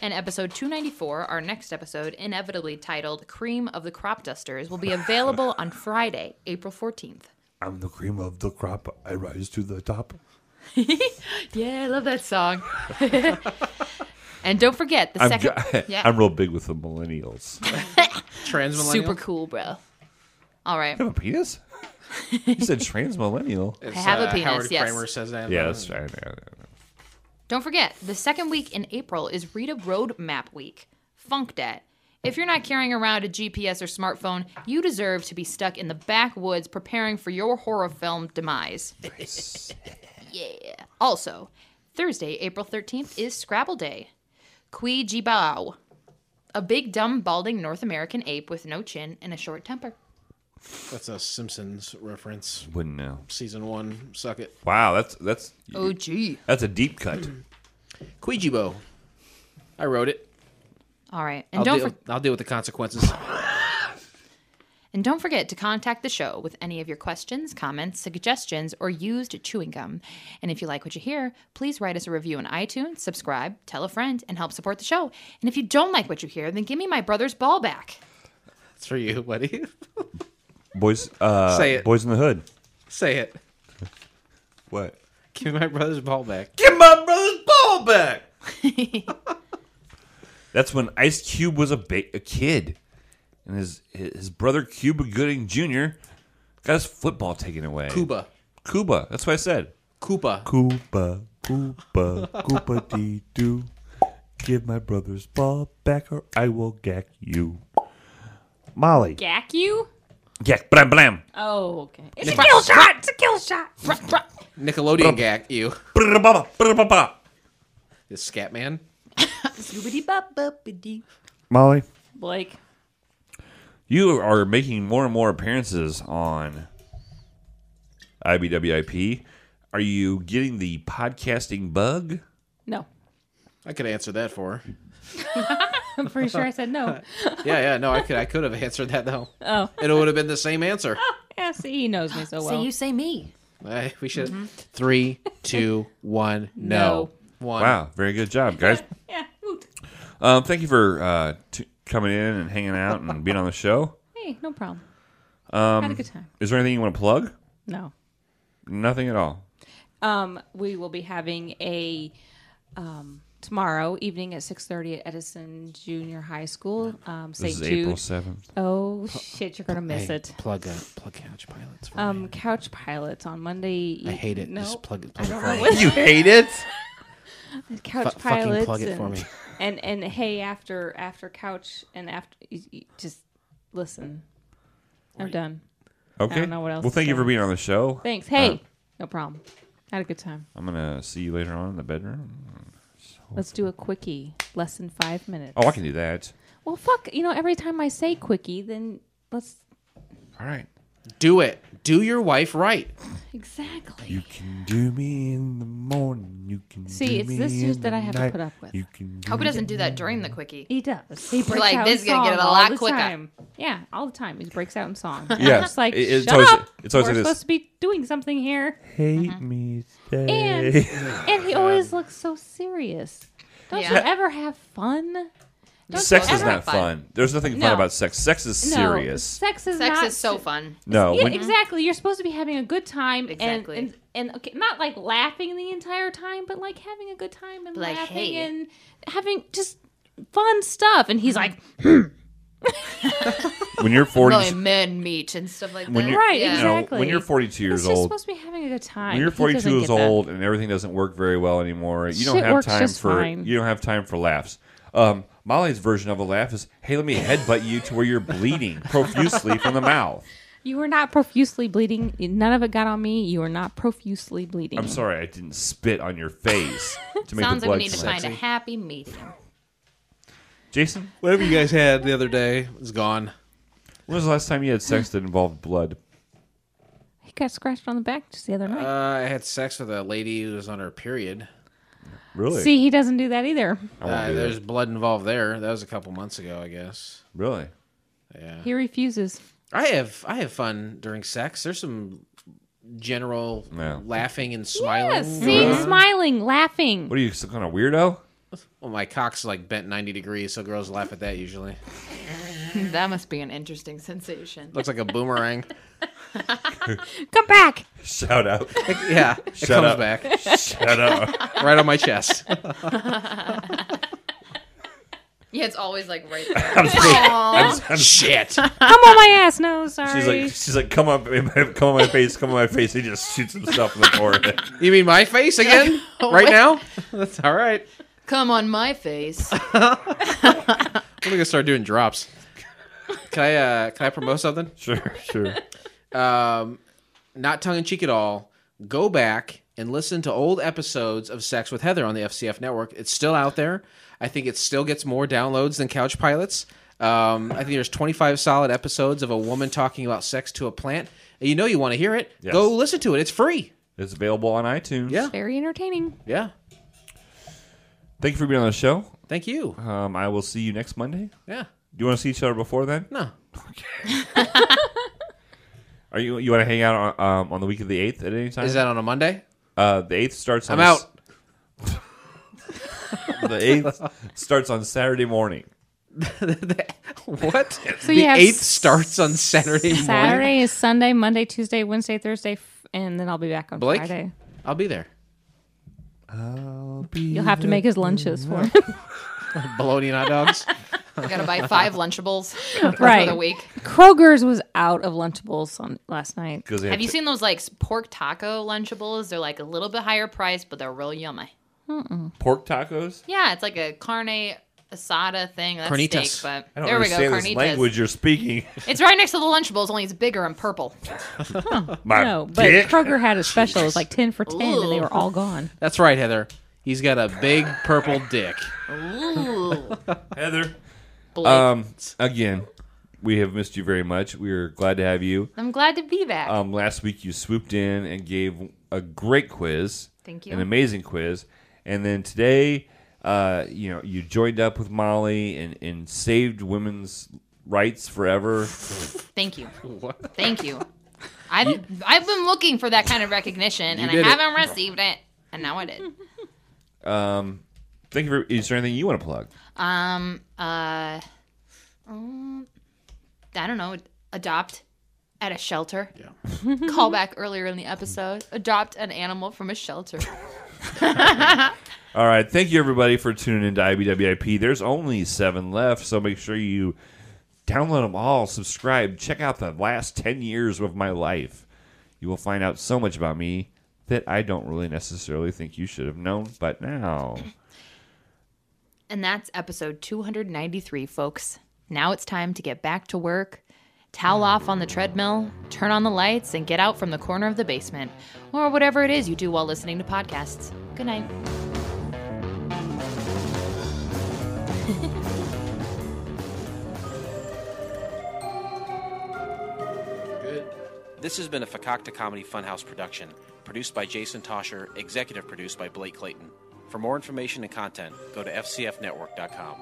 Speaker 5: And episode 294, our next episode, inevitably titled Cream of the Crop Dusters, will be available on Friday, April 14th.
Speaker 9: I'm the cream of the crop. I rise to the top.
Speaker 5: Yeah, I love that song. [laughs] and don't forget the
Speaker 3: I'm,
Speaker 5: second.
Speaker 3: [laughs] j-
Speaker 5: yeah.
Speaker 3: I'm real big with the millennials. You
Speaker 2: Trans
Speaker 5: Super cool, bro. All right.
Speaker 3: have a penis? You said trans millennial.
Speaker 5: I have a penis,
Speaker 2: uh, Howard
Speaker 5: yes.
Speaker 2: Kramer says that. uh,
Speaker 3: Yeah, that's right.
Speaker 5: Don't forget, the second week in April is Read a Roadmap Week. Funk that. If you're not carrying around a GPS or smartphone, you deserve to be stuck in the backwoods preparing for your horror film demise. yeah. Also, Thursday, April 13th is Scrabble Day. Kui Jibao, a big, dumb, balding North American ape with no chin and a short temper.
Speaker 2: That's a Simpsons reference.
Speaker 3: Wouldn't know.
Speaker 2: Season one, suck it.
Speaker 3: Wow, that's that's
Speaker 5: Oh, gee.
Speaker 3: that's a deep cut.
Speaker 2: Quijibo. I wrote it.
Speaker 5: All right. And
Speaker 2: I'll
Speaker 5: don't
Speaker 2: deal,
Speaker 5: for-
Speaker 2: I'll deal with the consequences.
Speaker 5: And don't forget to contact the show with any of your questions, comments, suggestions, or used chewing gum. And if you like what you hear, please write us a review on iTunes, subscribe, tell a friend, and help support the show. And if you don't like what you hear, then give me my brother's ball back.
Speaker 2: It's for you, buddy. [laughs]
Speaker 3: Boys, uh,
Speaker 2: Say it.
Speaker 3: Boys in the Hood.
Speaker 2: Say it.
Speaker 3: What?
Speaker 2: Give me my brother's ball back. Give my brother's ball back.
Speaker 3: That's when Ice Cube was a ba- a kid, and his his brother Cuba Gooding Jr. got his football taken away.
Speaker 2: Cuba.
Speaker 3: Cuba. That's what I said.
Speaker 2: Koopa.
Speaker 9: Koopa, Koopa, Koopa dee doo. Give my brother's ball back or I will gag you. Molly.
Speaker 4: Gack you?
Speaker 3: Yak blam blam.
Speaker 4: Oh, okay. It's
Speaker 2: Nick- kill
Speaker 4: shot. It's a kill shot.
Speaker 2: Nickelodeon gag you.
Speaker 3: Brr-ba-ba, brr-ba-ba.
Speaker 2: This scat man.
Speaker 9: Molly.
Speaker 4: Blake,
Speaker 3: You are making more and more appearances on IBWIP. Are you getting the podcasting bug?
Speaker 4: no.
Speaker 2: I could answer that for her.
Speaker 4: I'm pretty sure I said no.
Speaker 2: Yeah, yeah, no, I could I could have answered that though.
Speaker 4: [laughs] Oh,
Speaker 2: It would have been the same answer.
Speaker 4: yeah. See, he knows me so
Speaker 5: Say
Speaker 4: well.
Speaker 5: you say me.
Speaker 2: Eh, we should
Speaker 4: Mm-hmm.
Speaker 2: three, two, one, no. One.
Speaker 3: Wow, very good job, guys.
Speaker 4: yeah. oot.
Speaker 3: Um, thank you for uh, t- coming in and hanging out and being on the show.
Speaker 4: Hey, no problem. Um, Had a good time.
Speaker 3: Is there anything you want to plug?
Speaker 4: No.
Speaker 3: Nothing at all.
Speaker 4: Um, we will be having a um, tomorrow evening at six thirty at Edison Junior High School. Um, St.
Speaker 3: This is
Speaker 4: Jude.
Speaker 3: April seventh.
Speaker 4: Oh [laughs] shit, you're gonna miss
Speaker 2: Hey,
Speaker 4: it.
Speaker 2: plug uh, plug couch pilots for me.
Speaker 4: Um, Couch Pilots on Monday.
Speaker 2: I hate it.
Speaker 4: No,
Speaker 2: Just plug it plug it
Speaker 4: don't
Speaker 2: for
Speaker 4: know
Speaker 2: me.
Speaker 4: what-
Speaker 2: You hate it?
Speaker 4: [laughs] Couch
Speaker 2: Fu- fucking
Speaker 4: Pilots.
Speaker 2: plug it
Speaker 4: and,
Speaker 2: for me.
Speaker 4: And and hey, after after Couch and after you- you just listen. I'm done.
Speaker 3: Okay.
Speaker 4: know what else
Speaker 3: well,
Speaker 4: to
Speaker 3: thank you
Speaker 4: say.
Speaker 3: for being on the show. Uh,
Speaker 4: Thanks. Hey,
Speaker 2: Uh.
Speaker 4: no problem. Had a good time.
Speaker 3: I'm gonna see you later on in the bedroom.
Speaker 2: Oh.
Speaker 4: Let's do a quickie, less than five minutes.
Speaker 3: Oh, I can do that.
Speaker 4: Well, fuck. You know, every time I say quickie, then let's
Speaker 3: All right.
Speaker 2: Do it. Do your wife right.
Speaker 4: exactly.
Speaker 9: You can do me in the morning. You can
Speaker 4: See,
Speaker 9: do
Speaker 4: it's
Speaker 9: me
Speaker 4: this
Speaker 9: in
Speaker 4: news that
Speaker 9: the
Speaker 4: I have to
Speaker 9: night.
Speaker 4: put up with.
Speaker 9: You can do
Speaker 5: Hope he doesn't do that during the quickie.
Speaker 4: He does. He breaks
Speaker 5: like,
Speaker 4: out
Speaker 5: this
Speaker 4: in
Speaker 5: is gonna
Speaker 4: song
Speaker 5: get it a
Speaker 4: all
Speaker 5: lot
Speaker 4: the
Speaker 5: quicker.
Speaker 4: Time. Yeah, all the time. He breaks out
Speaker 3: [laughs]
Speaker 4: in song.
Speaker 3: Yeah.
Speaker 4: I'm just like,
Speaker 3: It- it's
Speaker 4: shut
Speaker 3: always-
Speaker 4: up.
Speaker 3: it's always
Speaker 4: We're
Speaker 3: like this.
Speaker 4: supposed to be doing something here.
Speaker 9: hate me today.
Speaker 4: Mm-hmm.
Speaker 3: [laughs]
Speaker 4: And and he always looks so serious. Don't you
Speaker 5: Yeah.
Speaker 4: ever have fun? Don't
Speaker 3: Sex
Speaker 4: you
Speaker 3: is
Speaker 4: ever-
Speaker 3: not fun. There's nothing fun
Speaker 4: No.
Speaker 3: about sex. Sex is
Speaker 4: No,
Speaker 3: serious.
Speaker 4: Sex is
Speaker 5: Sex
Speaker 4: not
Speaker 5: is so
Speaker 4: se-
Speaker 5: fun.
Speaker 3: No.
Speaker 4: Yeah,
Speaker 3: when-
Speaker 4: exactly. You're supposed to be having a good time
Speaker 5: Exactly.
Speaker 4: and, and and okay, not like laughing the entire time, but like having a good time and
Speaker 5: Like,
Speaker 4: laughing
Speaker 5: hey.
Speaker 4: and having just fun stuff. And he's like,
Speaker 3: when you're 40,
Speaker 5: Really men meet and stuff like
Speaker 3: when
Speaker 5: that.
Speaker 3: you're
Speaker 4: Right,
Speaker 5: Yeah.
Speaker 3: you know, when
Speaker 4: exactly.
Speaker 3: you're 42
Speaker 4: "It's
Speaker 3: years
Speaker 4: just
Speaker 3: old,
Speaker 4: supposed to be having a good time."
Speaker 3: when you're
Speaker 4: He doesn't
Speaker 3: 42 years
Speaker 4: get that.
Speaker 3: old and everything doesn't work very well anymore, you don't
Speaker 4: Shit
Speaker 3: have
Speaker 4: works
Speaker 3: time
Speaker 4: just
Speaker 3: for
Speaker 4: fine.
Speaker 3: you don't have time for laughs. Um, Molly's version of a laugh is, "Hey, let me headbutt you to where you're
Speaker 4: [laughs]
Speaker 3: bleeding profusely from the mouth."
Speaker 4: you were not profusely bleeding. None of it got on me. You were not profusely bleeding.
Speaker 3: I'm sorry, I didn't spit on your face to make
Speaker 5: Sounds
Speaker 3: the
Speaker 5: like
Speaker 3: blood
Speaker 5: we need to
Speaker 3: come out.
Speaker 5: find a happy medium.
Speaker 3: Jason,
Speaker 2: Whatever you guys had the other day is gone.
Speaker 3: when was the last time you had sex that involved blood?
Speaker 8: He got scratched on the back just the other
Speaker 2: Uh,
Speaker 8: night.
Speaker 2: I had sex with a lady who was on her period.
Speaker 3: Really?
Speaker 8: See, he doesn't do that either.
Speaker 3: I won't
Speaker 2: Uh,
Speaker 3: do that.
Speaker 2: there's blood involved there. That was a couple months ago, I guess.
Speaker 3: Really?
Speaker 2: Yeah.
Speaker 8: He refuses.
Speaker 2: I have I have fun during sex. There's some general
Speaker 3: Yeah.
Speaker 2: laughing and smiling.
Speaker 8: See, smiling, laughing.
Speaker 3: Uh-huh. What are you, some kind of weirdo?
Speaker 2: Well, my cock's like bent 90 degrees, so girls laugh at that usually.
Speaker 5: [laughs] That must be an interesting sensation.
Speaker 2: Looks like a boomerang.
Speaker 8: Come back.
Speaker 3: Shout out.
Speaker 2: yeah, it
Speaker 3: Shut
Speaker 2: comes
Speaker 3: up.
Speaker 2: back
Speaker 3: Shout out.
Speaker 4: [laughs]
Speaker 2: right on my chest.
Speaker 5: Yeah, it's always like right there.
Speaker 3: I'm just- I'm just- I'm just-
Speaker 2: Shit.
Speaker 8: Come on my ass. No, sorry.
Speaker 3: she's like, she's like, come up, come on my face, come on my face. He just shoots himself in the forehead.
Speaker 2: You mean my face [laughs] again? right now? That's all right.
Speaker 5: Come on my face.
Speaker 2: I'm gonna start doing drops. Can I uh, can I promote something?
Speaker 3: Sure, sure.
Speaker 2: [laughs] um, not tongue in cheek at all, go back and listen to old episodes of Sex with Heather on the FCF network. It's still out there. I think it still gets more downloads than Couch Pilots. Um, I think there's 25 solid episodes of a woman talking about sex to a plant. You know you want to hear it.
Speaker 3: Yes.
Speaker 2: Go listen to it. It's free.
Speaker 3: It's available on iTunes.
Speaker 2: Yeah.
Speaker 8: Very entertaining.
Speaker 2: Yeah.
Speaker 3: Thank you for being on the show.
Speaker 2: Thank you.
Speaker 3: Um, I will see you next Monday.
Speaker 2: Yeah.
Speaker 3: Do you want to see each other before then?
Speaker 2: No.
Speaker 3: Are you you want to hang out on, um, on the week of the eighth at any time?
Speaker 2: Is that on a Monday?
Speaker 3: uh, the eighth starts? On
Speaker 2: I'm out.
Speaker 3: [laughs] The eighth starts on Saturday morning.
Speaker 2: what?
Speaker 8: So
Speaker 2: the
Speaker 8: you have
Speaker 2: eighth
Speaker 8: s-
Speaker 2: starts on Saturday morning.
Speaker 8: Saturday is Sunday, Monday, Tuesday, Wednesday, Thursday, f- and then I'll be back on
Speaker 2: Blake?
Speaker 8: Friday.
Speaker 2: I'll be there.
Speaker 8: You'll have to make his lunches for him. [laughs]
Speaker 2: Bologna and hot dogs.
Speaker 5: I gotta buy five [laughs] Lunchables for the
Speaker 8: right.
Speaker 5: week.
Speaker 8: Kroger's was out of Lunchables on last night.
Speaker 3: Because
Speaker 5: Have you seen those like pork taco Lunchables? They're like a little bit higher priced, but they're real yummy.
Speaker 3: pork tacos?
Speaker 5: Yeah, it's like a carne asada thing. That's
Speaker 2: Carnitas.
Speaker 5: steak, but
Speaker 3: I don't
Speaker 5: there we go.
Speaker 3: understand
Speaker 5: Carnitas.
Speaker 3: this language you're
Speaker 5: [laughs]
Speaker 3: speaking.
Speaker 5: It's right next to the Lunchables, only it's bigger
Speaker 3: [laughs]
Speaker 5: and purple.
Speaker 3: My
Speaker 8: No, but
Speaker 3: dick.
Speaker 8: Kroger had a special. It was like 10 for 10, and they
Speaker 5: Ooh.
Speaker 8: were all gone.
Speaker 2: That's right, Heather. He's got a big purple dick.
Speaker 5: Ooh.
Speaker 3: Heather.
Speaker 5: Blake.
Speaker 3: Um, again, we have missed you very much. We are glad to have you.
Speaker 5: I'm glad to be back.
Speaker 3: Um, last week you swooped in and gave a great quiz.
Speaker 5: Thank you.
Speaker 3: An amazing quiz. And then today, uh, you know, you joined up with Molly and, and saved women's rights forever. [laughs]
Speaker 5: Thank you. Thank you. I've I've been looking for that kind of recognition and I
Speaker 2: did it.
Speaker 5: haven't received it. And now I did.
Speaker 3: Um, thank you for. Is there anything you want to plug?
Speaker 5: Um uh um, I don't know, adopt at a shelter. [laughs] Call back earlier in the episode. Adopt an animal from a shelter.
Speaker 3: All right. Thank you, everybody, for tuning in to IBWIP. There's only seven left, so make sure you download them all, subscribe, check out the last 10 years of my life. You will find out so much about me that I don't really necessarily think you should have known, but now.
Speaker 5: And that's episode 293, folks. Now it's time to get back to work, towel off on the treadmill, turn on the lights, and get out from the corner of the basement or whatever it is you do while listening to podcasts. Good night.
Speaker 2: This has been a Fakakta Comedy Funhouse production, produced by Jason Tosher, executive produced by Blake Clayton. For more information and content, go to fcfnetwork.com.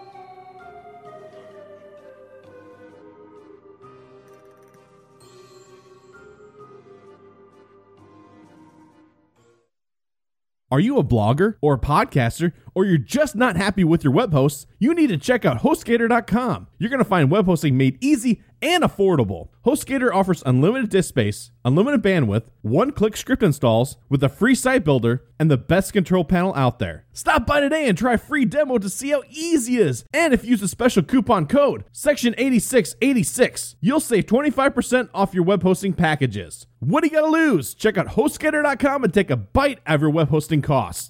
Speaker 10: Are you a blogger or a podcaster, or you're just not happy with your web hosts? You need to check out HostGator.com. You're going to find web hosting made easy and affordable. HostGator offers unlimited disk space, unlimited bandwidth, one click script installs with a free site builder, and the best control panel out there. Stop by today and try a free demo to see how easy it is. And if you use a special coupon code, Section 8686, you'll save 25% off your web hosting packages. What do you got to lose? Check out HostGator.com and take a bite out of your web hosting costs.